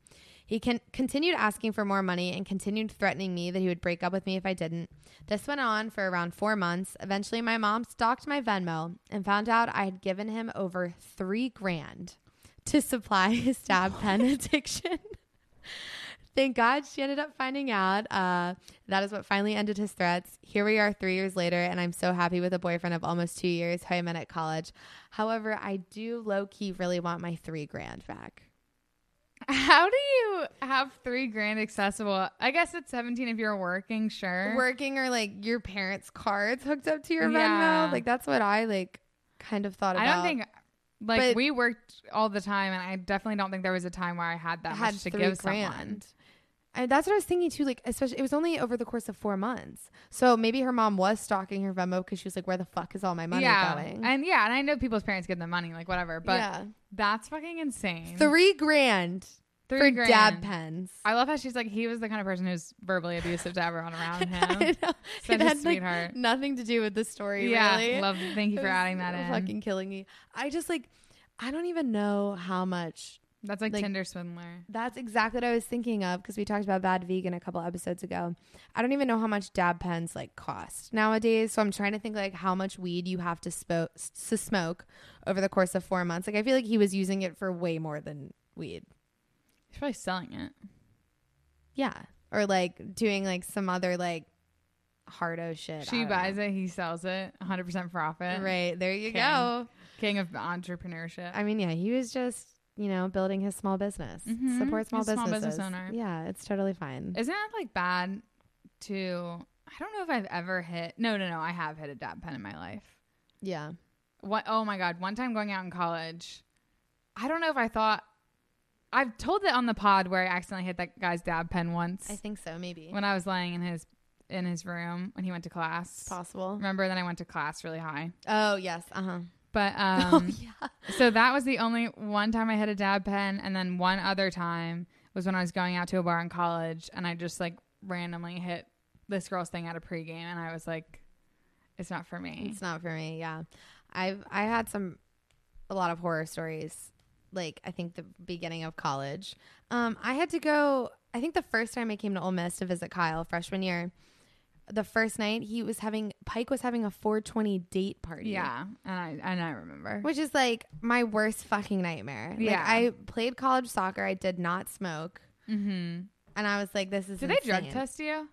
Speaker 1: He can- continued asking for more money and continued threatening me that he would break up with me if I didn't. This went on for around four months. Eventually, my mom stalked my Venmo and found out I had given him over three grand to supply his stab pen addiction. Thank God she ended up finding out. Uh, that is what finally ended his threats. Here we are three years later, and I'm so happy with a boyfriend of almost two years who I met at college. However, I do low key really want my three grand back.
Speaker 2: How do you have three grand accessible? I guess it's 17 if you're working, sure.
Speaker 1: Working or like your parents' cards hooked up to your
Speaker 2: Yeah.
Speaker 1: Venmo, like that's what I like kind of thought
Speaker 2: I
Speaker 1: about.
Speaker 2: don't think, like,
Speaker 1: But-
Speaker 2: we worked all the time, and I definitely don't think there was a time where I had that
Speaker 1: I had
Speaker 2: much to
Speaker 1: three
Speaker 2: give someone.
Speaker 1: grand. I, that's what I was thinking too. Like, especially it was only over the course of four months, so maybe her mom was stalking her Venmo because she was like, "Where the fuck is all my money
Speaker 2: yeah.
Speaker 1: going?"
Speaker 2: And yeah, and I know people's parents give them money, like, whatever, but
Speaker 1: Yeah.
Speaker 2: that's fucking insane.
Speaker 1: three grand
Speaker 2: Three
Speaker 1: for
Speaker 2: grand.
Speaker 1: dab pens.
Speaker 2: I love how she's like, he was the kind of person who's verbally abusive to everyone around
Speaker 1: I
Speaker 2: him.
Speaker 1: know.
Speaker 2: Such
Speaker 1: It
Speaker 2: a
Speaker 1: had, like,
Speaker 2: sweetheart.
Speaker 1: nothing to do with the story.
Speaker 2: yeah.
Speaker 1: really.
Speaker 2: Love, thank you
Speaker 1: It
Speaker 2: for
Speaker 1: was
Speaker 2: adding that in.
Speaker 1: Fucking killing me. I just like, I don't even know how much.
Speaker 2: That's like,
Speaker 1: like-
Speaker 2: Tinder swindler.
Speaker 1: That's exactly what I was thinking of because we talked about bad vegan a couple episodes ago. I don't even know how much dab pens like cost nowadays. So I'm trying to think like how much weed you have to, spo- s- to smoke over the course of four months. Like I feel like he was using it for way more than weed.
Speaker 2: He's probably selling it.
Speaker 1: Yeah, or like doing like some other like hardo shit.
Speaker 2: She buys it, he sells it, 100% profit.
Speaker 1: Right there, you
Speaker 2: King.
Speaker 1: go.
Speaker 2: King of entrepreneurship.
Speaker 1: I mean, yeah, he was just you know building his small business,
Speaker 2: Mhm.
Speaker 1: support small
Speaker 2: He's a small
Speaker 1: businesses.
Speaker 2: business owner.
Speaker 1: Yeah, it's totally fine.
Speaker 2: Isn't that like bad to? I don't know if I've ever hit. No, no, no. I have hit a dab pen in my life.
Speaker 1: yeah,
Speaker 2: What? Oh my god! One time going out in college, I don't know if I thought. I've told it on the pod where I accidentally hit that guy's dab pen once
Speaker 1: I think so. Maybe
Speaker 2: when I was lying in his in his room when he went to class.
Speaker 1: possible.
Speaker 2: Remember? Then I went to class really high.
Speaker 1: Oh yes, uh huh.
Speaker 2: But
Speaker 1: Oh,
Speaker 2: um, so that was the only one time I hit a dab pen, and then one other time was when I was going out to a bar in college, and I just like randomly hit this girl's thing at a pregame, and I was like, "It's not for me."
Speaker 1: It's not for me. Yeah, I've I had some a lot of horror stories. Like I think the beginning of college, um, I had to go. I think the first time I came to Ole Miss to visit Kyle freshman year, the first night he was having Pike was having a 420 date party.
Speaker 2: Yeah, and I and I remember.
Speaker 1: Which is like my worst fucking nightmare. Like,
Speaker 2: Yeah.
Speaker 1: I played college soccer. I did not smoke.
Speaker 2: Mm-hmm.
Speaker 1: And I was like, this is.
Speaker 2: Did they drug
Speaker 1: insane.
Speaker 2: test you?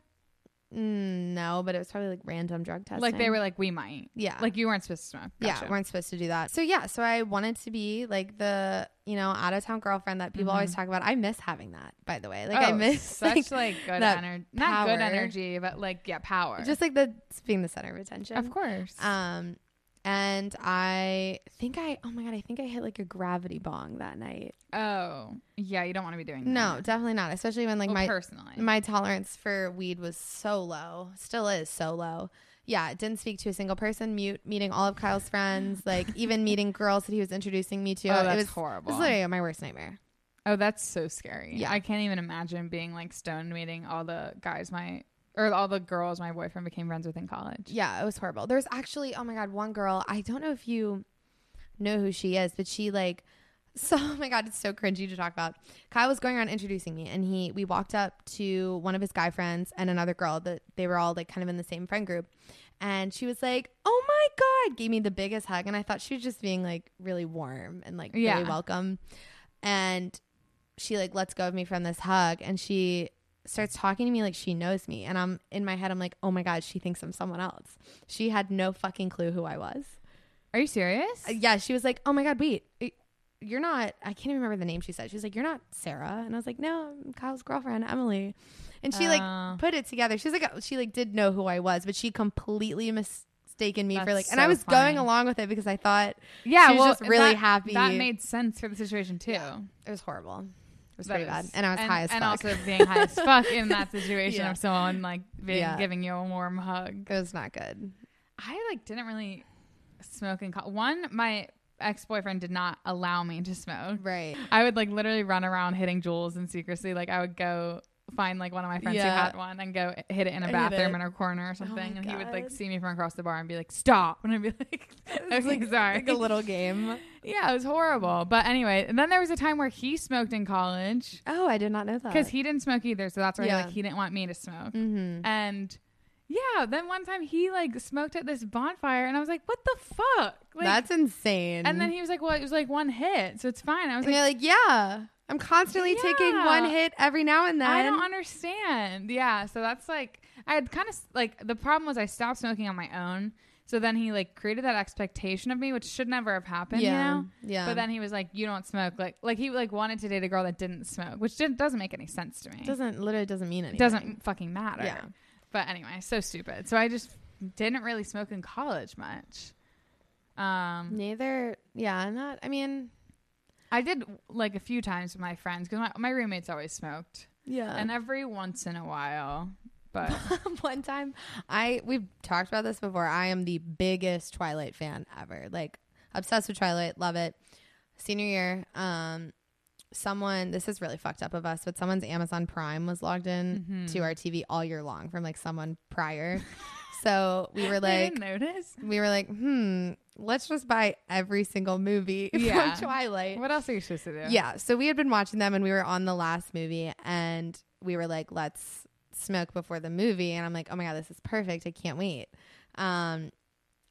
Speaker 1: Mm, no, but it was probably like random drug testing.
Speaker 2: Like they were like, "We might."
Speaker 1: Yeah.
Speaker 2: Like you weren't supposed to smoke.
Speaker 1: Yeah,
Speaker 2: Gotcha.
Speaker 1: weren't supposed to do that. So yeah, so I wanted to be like the you know out of town girlfriend that people always talk about. I miss having that, by the way. Like I
Speaker 2: Mm-hmm. Oh,
Speaker 1: miss
Speaker 2: such like good
Speaker 1: that
Speaker 2: energy, not good
Speaker 1: power.
Speaker 2: energy, but like yeah, power.
Speaker 1: just like the being the center of attention.
Speaker 2: of course.
Speaker 1: Um, and I think I oh my god, I think I hit like a gravity bong that night.
Speaker 2: oh yeah, you don't want to be doing that.
Speaker 1: No, definitely not. Especially when like
Speaker 2: Well,
Speaker 1: my
Speaker 2: personally.
Speaker 1: my tolerance for weed was so low, still is so low. Yeah, it didn't speak to a single person. Mute meeting all of Kyle's friends, like even meeting girls that he was introducing me to.
Speaker 2: Oh,
Speaker 1: it
Speaker 2: that's
Speaker 1: was It
Speaker 2: horrible.
Speaker 1: was literally my worst nightmare.
Speaker 2: Oh, that's so scary.
Speaker 1: Yeah.
Speaker 2: I can't even imagine being like stone meeting all the guys my or all the girls my boyfriend became friends with in college.
Speaker 1: Yeah, it was horrible. There's actually, oh my God, one girl. I don't know if you know who she is, but she like, so oh my God, it's so cringy to talk about. Kyle was going around introducing me, and he we walked up to one of his guy friends and another girl that they were all like kind of in the same friend group, and she was like, "Oh my God," gave me the biggest hug, and I thought she was just being like really warm and like
Speaker 2: Yeah.
Speaker 1: really welcome, and she like lets go of me from this hug and she starts talking to me like she knows me and i'm in my head i'm like oh my god she thinks i'm someone else she had no fucking clue who i was
Speaker 2: Are you serious?
Speaker 1: Uh, yeah she was like oh my god wait y- you're not i can't even remember the name she said she was like you're not sarah and i was like no i'm kyle's girlfriend emily And she like
Speaker 2: Oh.
Speaker 1: put it together. She's like, she like did know who I was, but she completely mistaken me for
Speaker 2: That's
Speaker 1: like, and I
Speaker 2: so
Speaker 1: was going
Speaker 2: funny.
Speaker 1: along with it because I thought
Speaker 2: Yeah,
Speaker 1: She was
Speaker 2: well,
Speaker 1: just really
Speaker 2: that-
Speaker 1: happy.
Speaker 2: That made sense for the situation too.
Speaker 1: it was horrible. It was
Speaker 2: That
Speaker 1: pretty bad, and I was
Speaker 2: and,
Speaker 1: high as
Speaker 2: and
Speaker 1: fuck.
Speaker 2: also being high as fuck in that situation
Speaker 1: Yeah.
Speaker 2: of someone like being,
Speaker 1: Yeah.
Speaker 2: giving you a warm hug.
Speaker 1: it was not good.
Speaker 2: I like didn't really smoke and call. One, my ex boyfriend did not allow me to smoke.
Speaker 1: Right.
Speaker 2: I would like literally run around hitting jewels in secrecy. Like I would go find like one of my friends who
Speaker 1: Yeah.
Speaker 2: had one and go hit it in a
Speaker 1: hit
Speaker 2: bathroom
Speaker 1: it.
Speaker 2: in a corner or something.
Speaker 1: "Oh my
Speaker 2: and he would like
Speaker 1: God.
Speaker 2: see me from across the bar and be like, "Stop!" And I'd be like, "Okay, sorry."
Speaker 1: Like a little game.
Speaker 2: yeah, it was horrible. But anyway, and then there was a time where he smoked in college
Speaker 1: Oh, I did not know that.
Speaker 2: because he didn't smoke either. So that's why
Speaker 1: Yeah.
Speaker 2: like he didn't want me to smoke.
Speaker 1: Mm-hmm.
Speaker 2: And yeah, then one time he like smoked at this bonfire, and I was like, "What the fuck?" Like,
Speaker 1: That's insane.
Speaker 2: and then he was like, "Well, it was like one hit, so it's fine." I was
Speaker 1: and
Speaker 2: like,
Speaker 1: you're like, yeah, I'm constantly taking one
Speaker 2: Yeah.
Speaker 1: hit every now and then.
Speaker 2: I don't understand. Yeah, so that's like I had kind of like the problem was I stopped smoking on my own. So then he like created that expectation of me, which should never have happened.
Speaker 1: Yeah,
Speaker 2: you know?
Speaker 1: yeah.
Speaker 2: But then he was like, "You don't smoke." Like, like he like wanted to date a girl that didn't smoke, which did, doesn't make any sense to me.
Speaker 1: doesn't literally doesn't mean anything.
Speaker 2: It doesn't fucking matter.
Speaker 1: Yeah.
Speaker 2: But anyway, so stupid. So I just didn't really smoke in college much. Um,
Speaker 1: Neither. Yeah. Not. I mean.
Speaker 2: I did like a few times with my friends because my, my roommates always smoked,
Speaker 1: Yeah.
Speaker 2: and every once in a while, but.
Speaker 1: one time i we've talked about this before i am the biggest twilight fan ever like obsessed with twilight love it senior year um someone this is really fucked up of us but someone's amazon prime was logged in to
Speaker 2: Mm-hmm.
Speaker 1: our tv all year long from like someone prior so we were
Speaker 2: They
Speaker 1: like
Speaker 2: didn't notice.
Speaker 1: we were like hmm let's just buy every single movie
Speaker 2: Yeah.
Speaker 1: from twilight
Speaker 2: What else are you supposed to do?
Speaker 1: yeah. So we had been watching them and we were on the last movie and we were like, let's smoke before the movie. And I'm like, oh my God, this is perfect. I can't wait. Um,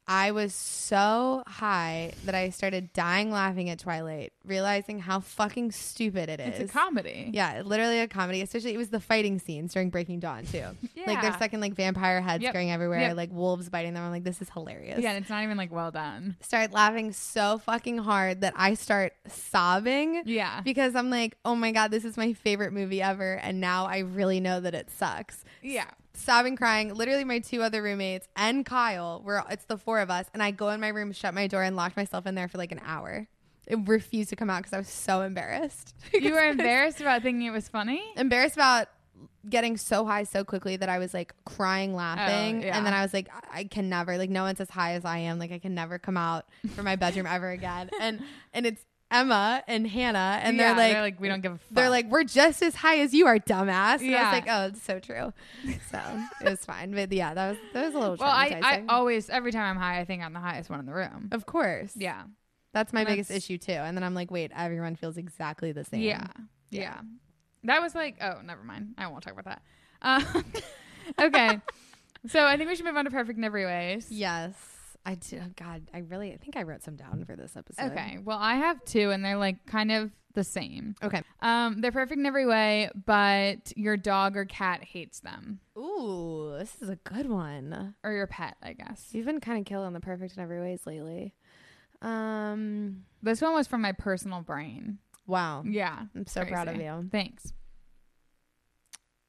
Speaker 1: I was so high that I started dying laughing at Twilight, realizing how fucking stupid it is.
Speaker 2: it's a comedy.
Speaker 1: Yeah, literally a comedy. Especially it was the fighting scenes during Breaking Dawn too. Like they're
Speaker 2: Yeah.
Speaker 1: sucking like vampire heads
Speaker 2: Yep.
Speaker 1: going everywhere,
Speaker 2: Yep.
Speaker 1: like wolves biting them. I'm like, this is hilarious
Speaker 2: yeah, and it's not even like well done.
Speaker 1: start laughing so fucking hard that I start sobbing.
Speaker 2: Yeah.
Speaker 1: Because I'm like, oh my God, this is my favorite movie ever. And now I really know that it sucks.
Speaker 2: Yeah.
Speaker 1: Sobbing, crying. Literally, my two other roommates and Kyle, were it's the four of us. And I go in my room, shut my door, and locked myself in there for like an hour. It refused to come out because I was so embarrassed.
Speaker 2: You were embarrassed about thinking it was funny?
Speaker 1: embarrassed about getting so high so quickly that I was like crying laughing
Speaker 2: Oh, yeah.
Speaker 1: and then I was like I-, I can never like no one's as high as I am like I can never come out from my bedroom ever again and and it's Emma and Hannah and
Speaker 2: Yeah,
Speaker 1: they're like
Speaker 2: they're like, we don't give a fuck.
Speaker 1: they're like we're just as high as you are dumbass and I
Speaker 2: Yeah.
Speaker 1: was like oh it's so true so it was fine but yeah that was that was a little
Speaker 2: well, I, I
Speaker 1: traumatizing.
Speaker 2: always, every time I'm high, I think I'm the highest one in the room.
Speaker 1: of course
Speaker 2: Yeah.
Speaker 1: that's my
Speaker 2: and
Speaker 1: biggest
Speaker 2: that's-
Speaker 1: issue too and then I'm like wait everyone feels exactly the same
Speaker 2: Yeah. Yeah. That was like, oh, never mind. I won't talk about that. Um, okay. so I think we should move on to Perfect in Every Ways.
Speaker 1: yes I do oh, God I really I think I wrote some down for this episode
Speaker 2: Okay. Well, I have two, and they're like kind of the same.
Speaker 1: okay
Speaker 2: Um, they're perfect in every way, but your dog or cat hates them.
Speaker 1: Ooh, this is a good one.
Speaker 2: Or your pet, I guess.
Speaker 1: You've been kind of killing the perfect in every ways lately. Um,
Speaker 2: This one was from my personal brain.
Speaker 1: wow,
Speaker 2: Yeah.
Speaker 1: I'm so proud of you.
Speaker 2: Thanks.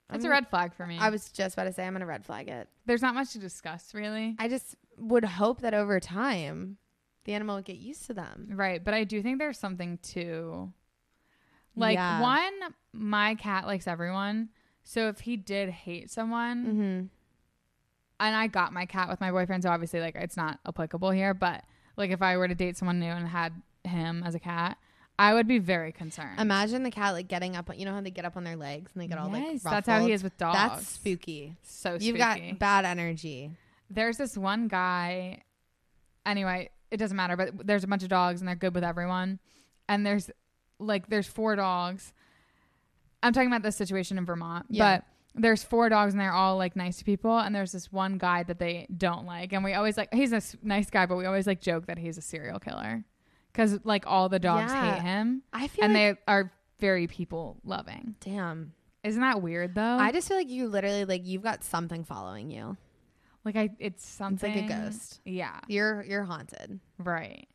Speaker 2: That's a
Speaker 1: I'm-
Speaker 2: red flag for me.
Speaker 1: I was just about to say I'm gonna red flag it.
Speaker 2: There's not much to discuss, really.
Speaker 1: I just would hope that over time, the animal would get used to them.
Speaker 2: Right. But I do think there's something to. Like,
Speaker 1: Yeah.
Speaker 2: one, my cat likes everyone. So if he did hate someone,
Speaker 1: Mm-hmm.
Speaker 2: and I got my cat with my boyfriend, so obviously like it's not applicable here, but like if I were to date someone new and had him as a cat, I would be very concerned.
Speaker 1: Imagine the cat like getting up. You know how they get up on their legs and they get all like
Speaker 2: Yes,
Speaker 1: ruffled.
Speaker 2: that's how he is with dogs.
Speaker 1: That's spooky.
Speaker 2: so
Speaker 1: You've
Speaker 2: spooky.
Speaker 1: got bad energy.
Speaker 2: there's this one guy anyway, it doesn't matter, but there's a bunch of dogs and they're good with everyone. And there's like there's four dogs. I'm talking about this situation in Vermont,
Speaker 1: Yeah.
Speaker 2: but there's four dogs and they're all like nice to people and there's this one guy that they don't like and we always like he's a s- nice guy but we always like joke that he's a serial killer cuz like all the dogs
Speaker 1: Yeah.
Speaker 2: hate him
Speaker 1: I feel
Speaker 2: and
Speaker 1: like
Speaker 2: they are very people loving.
Speaker 1: they damn.
Speaker 2: Isn't that weird though?
Speaker 1: I just feel like you literally like you've got something following you.
Speaker 2: like I it's
Speaker 1: like
Speaker 2: something
Speaker 1: a ghost.
Speaker 2: Yeah.
Speaker 1: You're you're haunted.
Speaker 2: Right.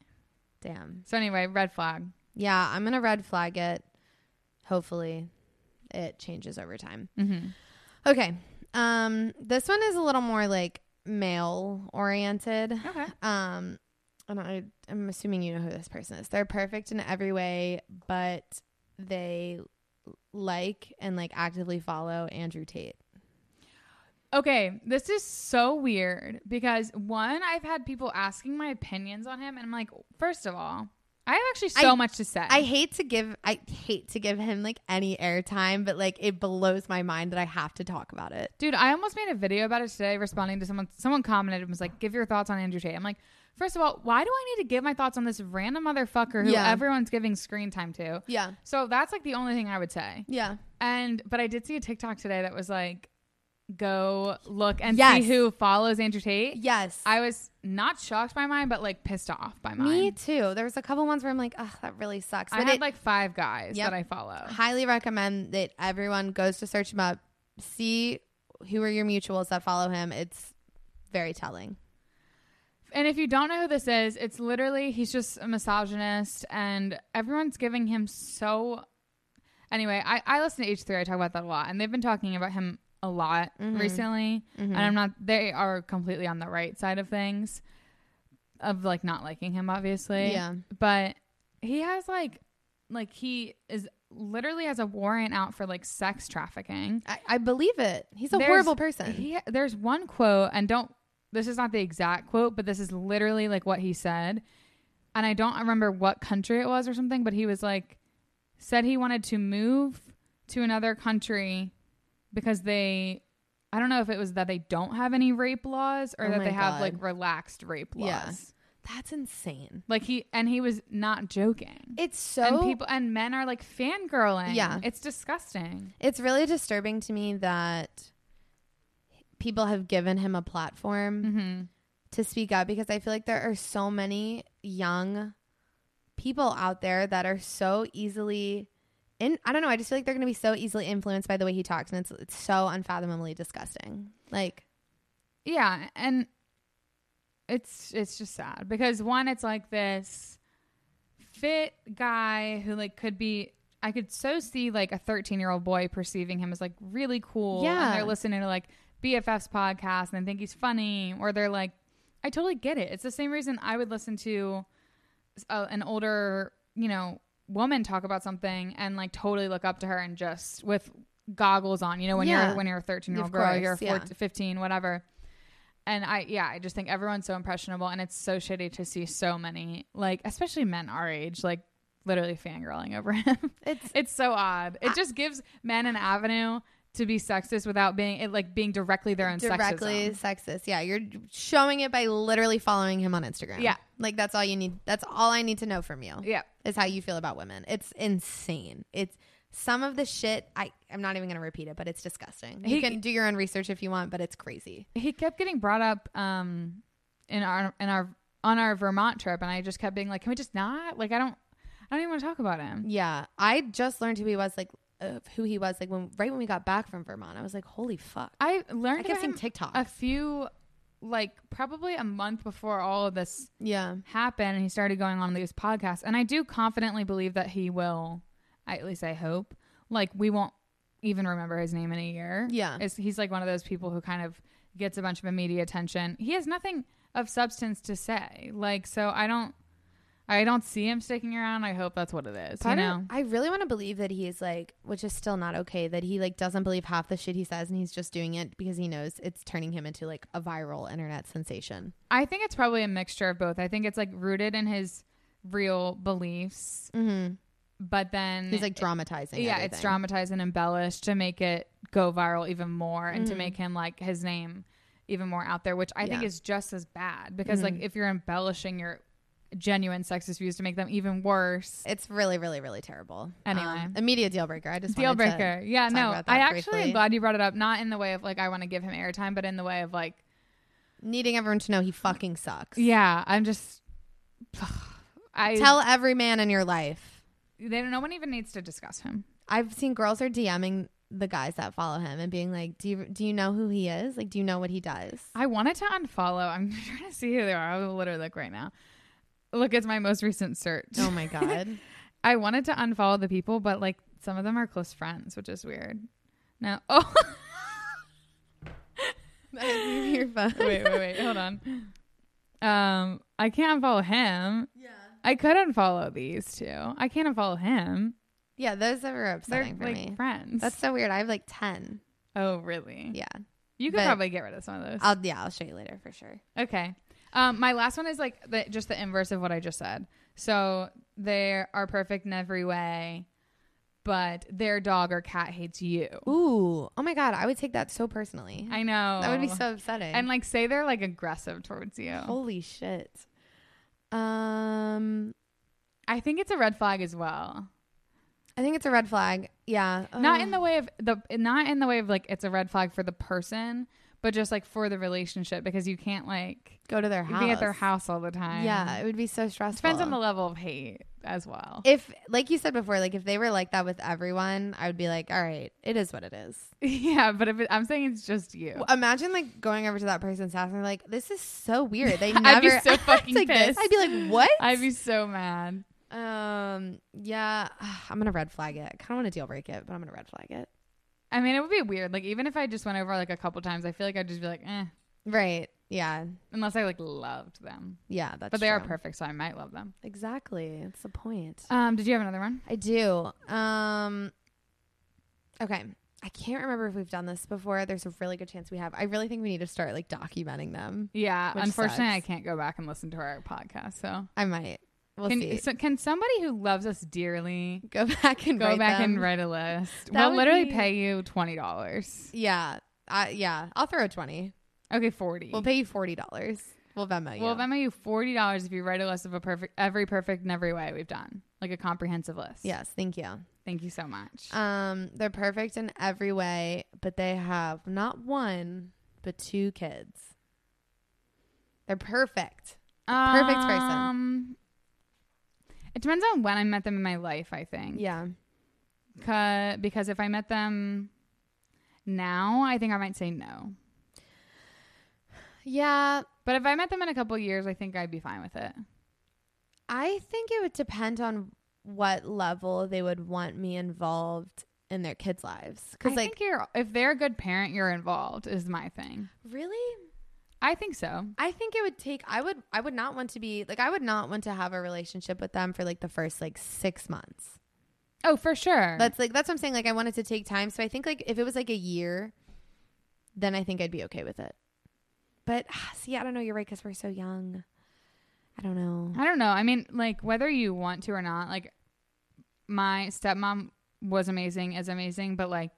Speaker 1: Damn.
Speaker 2: So anyway, red flag.
Speaker 1: Yeah, I'm gonna red flag it. Hopefully, it changes over time.
Speaker 2: Mhm.
Speaker 1: Okay. Um, this one is a little more like male oriented.
Speaker 2: Okay.
Speaker 1: Um, and I, I'm assuming you know who this person is. They're perfect in every way, but they like and like actively follow Andrew Tate.
Speaker 2: Okay, this is so weird because one, I've had people asking my opinions on him, and I'm like, first of all, I have actually so
Speaker 1: I-
Speaker 2: much to say.
Speaker 1: I hate to give I hate to give him like any airtime, but like it blows my mind that I have to talk about it.
Speaker 2: Dude, I almost made a video about it today responding to someone someone commented and was like, give your thoughts on Andrew Tate. I'm like, first of all, why do I need to give my thoughts on this random motherfucker who
Speaker 1: Yeah.
Speaker 2: everyone's giving screen time to?
Speaker 1: Yeah.
Speaker 2: So that's like the only thing I would say.
Speaker 1: Yeah.
Speaker 2: And but I did see a TikTok today that was like, go look and
Speaker 1: Yes.
Speaker 2: see who follows Andrew Tate.
Speaker 1: Yes.
Speaker 2: I was not shocked by mine, but like pissed off by mine.
Speaker 1: Me too. There was a couple ones where I'm like, oh, that really sucks.
Speaker 2: I
Speaker 1: But
Speaker 2: had
Speaker 1: it-
Speaker 2: like five guys
Speaker 1: Yep.
Speaker 2: that I follow.
Speaker 1: highly recommend that everyone goes to search him up, see who are your mutuals that follow him. It's very telling.
Speaker 2: And if you don't know who this is, it's literally he's just a misogynist and everyone's giving him so anyway, I, I listen to H three, I talk about that a lot, and they've been talking about him a lot
Speaker 1: Mm-hmm.
Speaker 2: recently. And I'm not they are completely on the right side of things. Of like not liking him, obviously.
Speaker 1: Yeah.
Speaker 2: But he has like like he is literally has a warrant out for like sex trafficking.
Speaker 1: I, I believe it. He's a
Speaker 2: There's-
Speaker 1: horrible person.
Speaker 2: He, there's one quote, and don't. This is not the exact quote, but this is literally like what he said, and I don't remember what country it was or something. But he was like, said he wanted to move to another country because they, I don't know if it was that they don't have any rape laws or
Speaker 1: Oh
Speaker 2: that
Speaker 1: my
Speaker 2: they have
Speaker 1: God.
Speaker 2: like relaxed rape laws.
Speaker 1: Yeah. That's insane.
Speaker 2: Like he and he was not joking.
Speaker 1: It's so
Speaker 2: and people and men are like fangirling.
Speaker 1: Yeah.
Speaker 2: it's disgusting.
Speaker 1: it's really disturbing to me that people have given him a platform
Speaker 2: Mm-hmm.
Speaker 1: to speak up because I feel like there are so many young people out there that are so easily in I don't know, I just feel like they're going to be so easily influenced by the way he talks and it's it's so unfathomably disgusting. Like
Speaker 2: yeah and it's it's just sad because one it's like this fit guy who like could be i could so see like a 13 year old boy perceiving him as like really cool
Speaker 1: Yeah.
Speaker 2: and they're listening to like bff's podcast and they think he's funny or they're like i totally get it it's the same reason i would listen to a, an older you know woman talk about something and like totally look up to her and just with goggles on you know when
Speaker 1: Yeah.
Speaker 2: you're when you're a 13 year old
Speaker 1: Of
Speaker 2: girl you're a
Speaker 1: course, yeah.
Speaker 2: 14, 15 whatever and i yeah i just think everyone's so impressionable and it's so shitty to see so many like especially men our age like literally fangirling over him
Speaker 1: it's
Speaker 2: it's so odd it just gives men an avenue to be sexist without being it like being directly their own
Speaker 1: directly
Speaker 2: sexism.
Speaker 1: sexist. Yeah, you're showing it by literally following him on Instagram.
Speaker 2: Yeah.
Speaker 1: Like that's all you need that's all I need to know from you.
Speaker 2: yeah
Speaker 1: Is how you feel about women. It's insane. It's some of the shit I I'm not even going to repeat it, but it's disgusting. You
Speaker 2: He-
Speaker 1: can do your own research if you want, but it's crazy.
Speaker 2: he kept getting brought up um in our in our on our vermont trip and i just kept being like can we just not like i don't i don't even want to talk about him
Speaker 1: Yeah, I just learned who he was, like uh, who he was, like when right when we got back from Vermont, I was like, holy fuck!
Speaker 2: i
Speaker 1: I kept
Speaker 2: learned about
Speaker 1: seeing
Speaker 2: him
Speaker 1: TikTok.
Speaker 2: a few like probably a month before all of this
Speaker 1: yeah,
Speaker 2: happened and he started going on these podcasts and i do confidently believe that he will I, at least i hope like we won't even remember his name in a year
Speaker 1: Yeah.
Speaker 2: It's- he's like one of those people who kind of gets a bunch of media attention he has nothing of substance to say like so i don't i don't see him sticking around i hope that's what it is you
Speaker 1: Part of-
Speaker 2: know
Speaker 1: I really want to believe that he is like, which is still not okay, that he like doesn't believe half the shit he says, and he's just doing it because he knows it's turning him into like a viral internet sensation.
Speaker 2: I think it's probably a mixture of both. I think it's like rooted in his real beliefs,
Speaker 1: Mhm.
Speaker 2: but then
Speaker 1: He's like dramatizing.
Speaker 2: Mm-hmm. yeah, it's
Speaker 1: everything.
Speaker 2: dramatized and embellished to make it go viral even more and to make him like his name even more out there, which I think
Speaker 1: Mm. Yeah. Mm-hmm.
Speaker 2: is just as bad because like if you're embellishing your genuine sexist views to make them even worse.
Speaker 1: It's really, really, really terrible.
Speaker 2: Anyway.
Speaker 1: immediate deal breaker. I just
Speaker 2: Deal
Speaker 1: wanted to
Speaker 2: breaker. Yeah,
Speaker 1: talk
Speaker 2: no.
Speaker 1: about that
Speaker 2: I actually
Speaker 1: briefly.
Speaker 2: am glad you brought it up. Not in the way of like I want to give him airtime, but in the way of like,
Speaker 1: needing everyone to know he fucking sucks.
Speaker 2: yeah, I'm just. I
Speaker 1: Tell every man in your life
Speaker 2: they no one even needs to discuss him.
Speaker 1: I've seen girls are DMing the guys that follow him and being like, "Do you do you know who he is? Like, do you know what he does?"
Speaker 2: I wanted to unfollow. I'm trying to see who they are. I'll literally look right now. Look, it's my most recent search.
Speaker 1: Oh my god,
Speaker 2: I wanted to unfollow the people, but like some of them are close friends, which is weird. No. Oh.
Speaker 1: You're fun.
Speaker 2: wait, wait, wait. Hold on. Um, I can't unfollow him. Yeah. I could unfollow these two. I can't unfollow him.
Speaker 1: Yeah, those are
Speaker 2: They're
Speaker 1: upsetting for
Speaker 2: like
Speaker 1: me.
Speaker 2: friends.
Speaker 1: That's so weird. I have like ten.
Speaker 2: oh really?
Speaker 1: Yeah,
Speaker 2: You could
Speaker 1: but-
Speaker 2: probably get rid of some of those.
Speaker 1: I'll yeah I'll show you later for sure.
Speaker 2: okay. Um, my last one is like the, just the inverse of what I just said. So they are perfect in every way, but their dog or cat hates you.
Speaker 1: Ooh, oh my god, I would take that so personally.
Speaker 2: I know
Speaker 1: that would be so upsetting.
Speaker 2: And like, say they're like aggressive towards you.
Speaker 1: holy shit. Um,
Speaker 2: I think it's a red flag as well.
Speaker 1: I think it's a red flag. Yeah,
Speaker 2: Not
Speaker 1: Ugh.
Speaker 2: in the way of the not in the way of like it's a red flag for the person, but just like for the relationship because you can't like
Speaker 1: go to their house.
Speaker 2: be at their house all the time.
Speaker 1: Yeah, it would be so
Speaker 2: It
Speaker 1: stressful.
Speaker 2: depends on the level of hate as well.
Speaker 1: if like you said before, like if they were like that with everyone, I would be like, all right, it is what it is.
Speaker 2: yeah, but if it, I'm saying it's just you.
Speaker 1: Well, Imagine like going over to that person's house and they're like, this is so weird. They never
Speaker 2: I'd be so
Speaker 1: act
Speaker 2: fucking
Speaker 1: like this.
Speaker 2: pissed.
Speaker 1: I'd be like, what?
Speaker 2: I'd be so mad.
Speaker 1: um, yeah, I'm gonna red flag it. I kind of want to deal break it, but I'm gonna red flag it.
Speaker 2: I mean, it would be weird. Like even if I just went over like a couple times, I feel like I'd just be like, eh,
Speaker 1: Right? Yeah,
Speaker 2: unless I like loved them.
Speaker 1: yeah. That's
Speaker 2: but they are
Speaker 1: true.
Speaker 2: perfect, so I might love them.
Speaker 1: Exactly. That's the point.
Speaker 2: Um, did you have another one?
Speaker 1: I do. Um, okay. I can't remember if we've done this before. There's a really good chance we have. I really think we need to start like documenting them.
Speaker 2: Yeah,
Speaker 1: Which
Speaker 2: unfortunately, I
Speaker 1: sucks.
Speaker 2: can't go back and listen to our podcast. So,
Speaker 1: I might. We'll
Speaker 2: can
Speaker 1: see.
Speaker 2: so can somebody who loves us dearly
Speaker 1: go back and
Speaker 2: go
Speaker 1: write
Speaker 2: back
Speaker 1: them.
Speaker 2: and write a
Speaker 1: That
Speaker 2: list? we'll
Speaker 1: would
Speaker 2: literally
Speaker 1: be-
Speaker 2: pay you twenty dollars.
Speaker 1: Yeah. I, yeah. I'll throw a twenty.
Speaker 2: Okay, forty.
Speaker 1: We'll pay you forty dollars. We'll Venmo you.
Speaker 2: Mm. We'll Venmo you forty dollars if you write a list of a perfect, every perfect in every way we've done, like a comprehensive list.
Speaker 1: Yes, thank you.
Speaker 2: Thank you so much.
Speaker 1: Um, they're perfect in every way, but they have not one but two kids. They're perfect. Uh, perfect person.
Speaker 2: Um, It depends on when I met them in my life. I think.
Speaker 1: Yeah.
Speaker 2: Ca- because if I met them now, I think I might say no.
Speaker 1: Yeah.
Speaker 2: But if I met them in a couple of years, I think I'd be fine with it.
Speaker 1: I think it would depend on what level they would want me involved in their kids' lives.
Speaker 2: Because
Speaker 1: Because like
Speaker 2: think you're if they're a good parent, you're involved is my thing.
Speaker 1: really?
Speaker 2: I think so.
Speaker 1: I think it would take I would I would not want to be like I would not want to have a relationship with them for like the first like six months.
Speaker 2: Oh, for sure.
Speaker 1: That's like that's what I'm saying. Like I wanted to take time, so I think like if it was like a year, then I think I'd be okay with it. But ah, see, I don't know. You're right because we're so young. I don't know.
Speaker 2: I don't know. I mean, like whether you want to or not, like my stepmom was amazing, is amazing, but like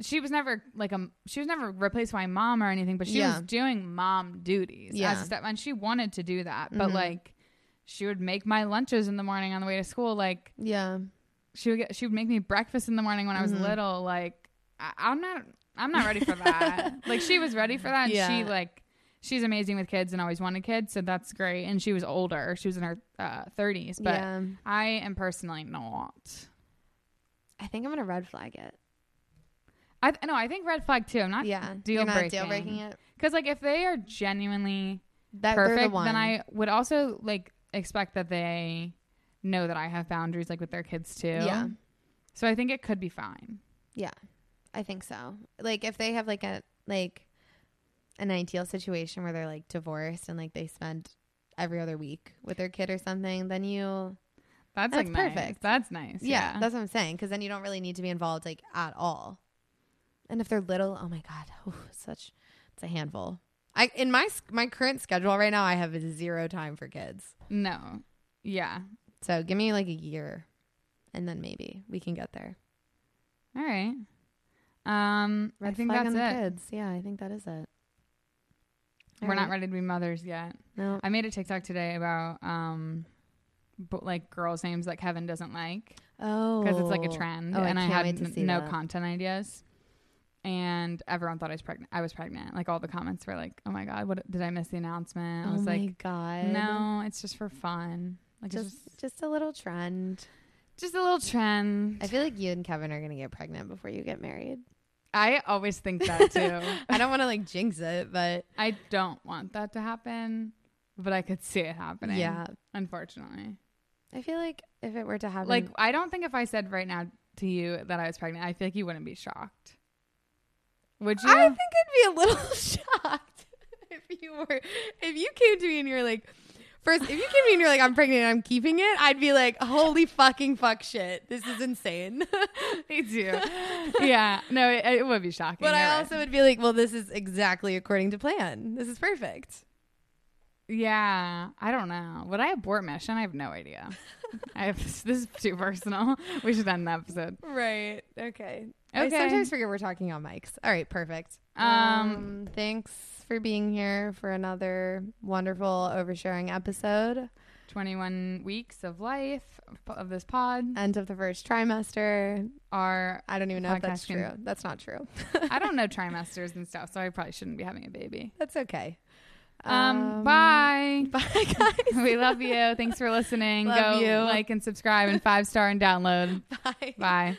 Speaker 2: she was never like a she was never replaced by mom or anything, but she
Speaker 1: Yeah.
Speaker 2: was doing mom duties
Speaker 1: Yeah.
Speaker 2: as a stepmom. She wanted to do that, but
Speaker 1: Mhm.
Speaker 2: like she would make my lunches in the morning on the way to school, like
Speaker 1: Yeah,
Speaker 2: she would get, she would make me breakfast in the morning when I was
Speaker 1: Mhm.
Speaker 2: little. Like I, I'm not I'm not ready for that. like she was ready for that. And
Speaker 1: Yeah.
Speaker 2: She like she's amazing with kids and always wanted kids, so that's great. And she was older. She was in her uh, 30s, but
Speaker 1: yeah.
Speaker 2: I am personally not.
Speaker 1: I think I'm gonna red flag it.
Speaker 2: I no, I think red flag too. I'm not
Speaker 1: yeah,
Speaker 2: deal
Speaker 1: You're not
Speaker 2: breaking.
Speaker 1: deal breaking it.
Speaker 2: Because like if they are genuinely
Speaker 1: That they're
Speaker 2: perfect,
Speaker 1: the one.
Speaker 2: then I would also like expect that they know that I have boundaries like with their kids too.
Speaker 1: Yeah.
Speaker 2: So I think it could be fine.
Speaker 1: I think so. Like if they have like a like an ideal situation where they're like divorced and like they spend every other week with their kid or something, then you
Speaker 2: That's,
Speaker 1: That's
Speaker 2: like nice.
Speaker 1: perfect.
Speaker 2: That's nice.
Speaker 1: Yeah,
Speaker 2: yeah.
Speaker 1: that's what I'm saying. Because then you don't really need to be involved like at all. And if they're little, oh my god, oh, such it's a handful. I in my s- my current schedule right now, I have zero time for kids.
Speaker 2: No. Yeah.
Speaker 1: So give me like a year, and then maybe we can get there.
Speaker 2: All right. Um, I
Speaker 1: Red
Speaker 2: think
Speaker 1: flag on
Speaker 2: that's
Speaker 1: the
Speaker 2: it.
Speaker 1: Kids, yeah, I think that is it.
Speaker 2: We're
Speaker 1: All
Speaker 2: not
Speaker 1: right.
Speaker 2: ready to be mothers yet.
Speaker 1: No,
Speaker 2: I made a TikTok today about um, b- like girls' names that Kevin doesn't like
Speaker 1: oh,
Speaker 2: because it's like a trend,
Speaker 1: Oh, I
Speaker 2: and I,
Speaker 1: can't
Speaker 2: had
Speaker 1: wait to
Speaker 2: n-
Speaker 1: see
Speaker 2: no
Speaker 1: that.
Speaker 2: content ideas. And everyone thought I was pregnant. I was pregnant. Like all the comments were like, "Oh my god, what did I miss the announcement?" I
Speaker 1: oh
Speaker 2: was
Speaker 1: my
Speaker 2: like,
Speaker 1: god,
Speaker 2: "No, it's just for fun. Like it's
Speaker 1: just
Speaker 2: just
Speaker 1: just a little trend.
Speaker 2: just a little trend."
Speaker 1: I feel like you and Kevin are gonna get pregnant before you get married.
Speaker 2: I always think that too.
Speaker 1: I don't want to like jinx it, but
Speaker 2: I don't want that to happen, but I could see it happening.
Speaker 1: yeah,
Speaker 2: Unfortunately.
Speaker 1: I feel like if it were to happen,
Speaker 2: Like, I don't think if I said right now to you that I was pregnant, I feel like you wouldn't be shocked. Would you?
Speaker 1: I think I'd be a little shocked if you were if you came to me and you're like first if you came to me and you're like I'm pregnant and I'm keeping it, I'd be like holy fucking fuck shit. This is insane.
Speaker 2: Me too. yeah. No, it, it would be shocking.
Speaker 1: but
Speaker 2: You're
Speaker 1: I
Speaker 2: right.
Speaker 1: also would be like, well, this is exactly according to plan. This is perfect.
Speaker 2: Yeah. I don't know. Would I abort mission? I have no idea. I have this, this is too personal. We should end the episode.
Speaker 1: Right. Okay. I
Speaker 2: Okay.
Speaker 1: sometimes forget we're talking on mics. All right, perfect.
Speaker 2: Um,
Speaker 1: thanks for being here for another wonderful oversharing episode.
Speaker 2: 21 weeks of life of this pod.
Speaker 1: End of the first trimester.
Speaker 2: Our
Speaker 1: I don't even know if that's true.
Speaker 2: Podcasting.
Speaker 1: That's not true.
Speaker 2: I don't know trimesters and stuff, so I probably shouldn't be having a baby.
Speaker 1: That's okay.
Speaker 2: Um, bye.
Speaker 1: Bye, guys.
Speaker 2: We love you. Thanks for listening.
Speaker 1: Love
Speaker 2: Go
Speaker 1: you.
Speaker 2: like and subscribe and five star and download.
Speaker 1: Bye.
Speaker 2: Bye.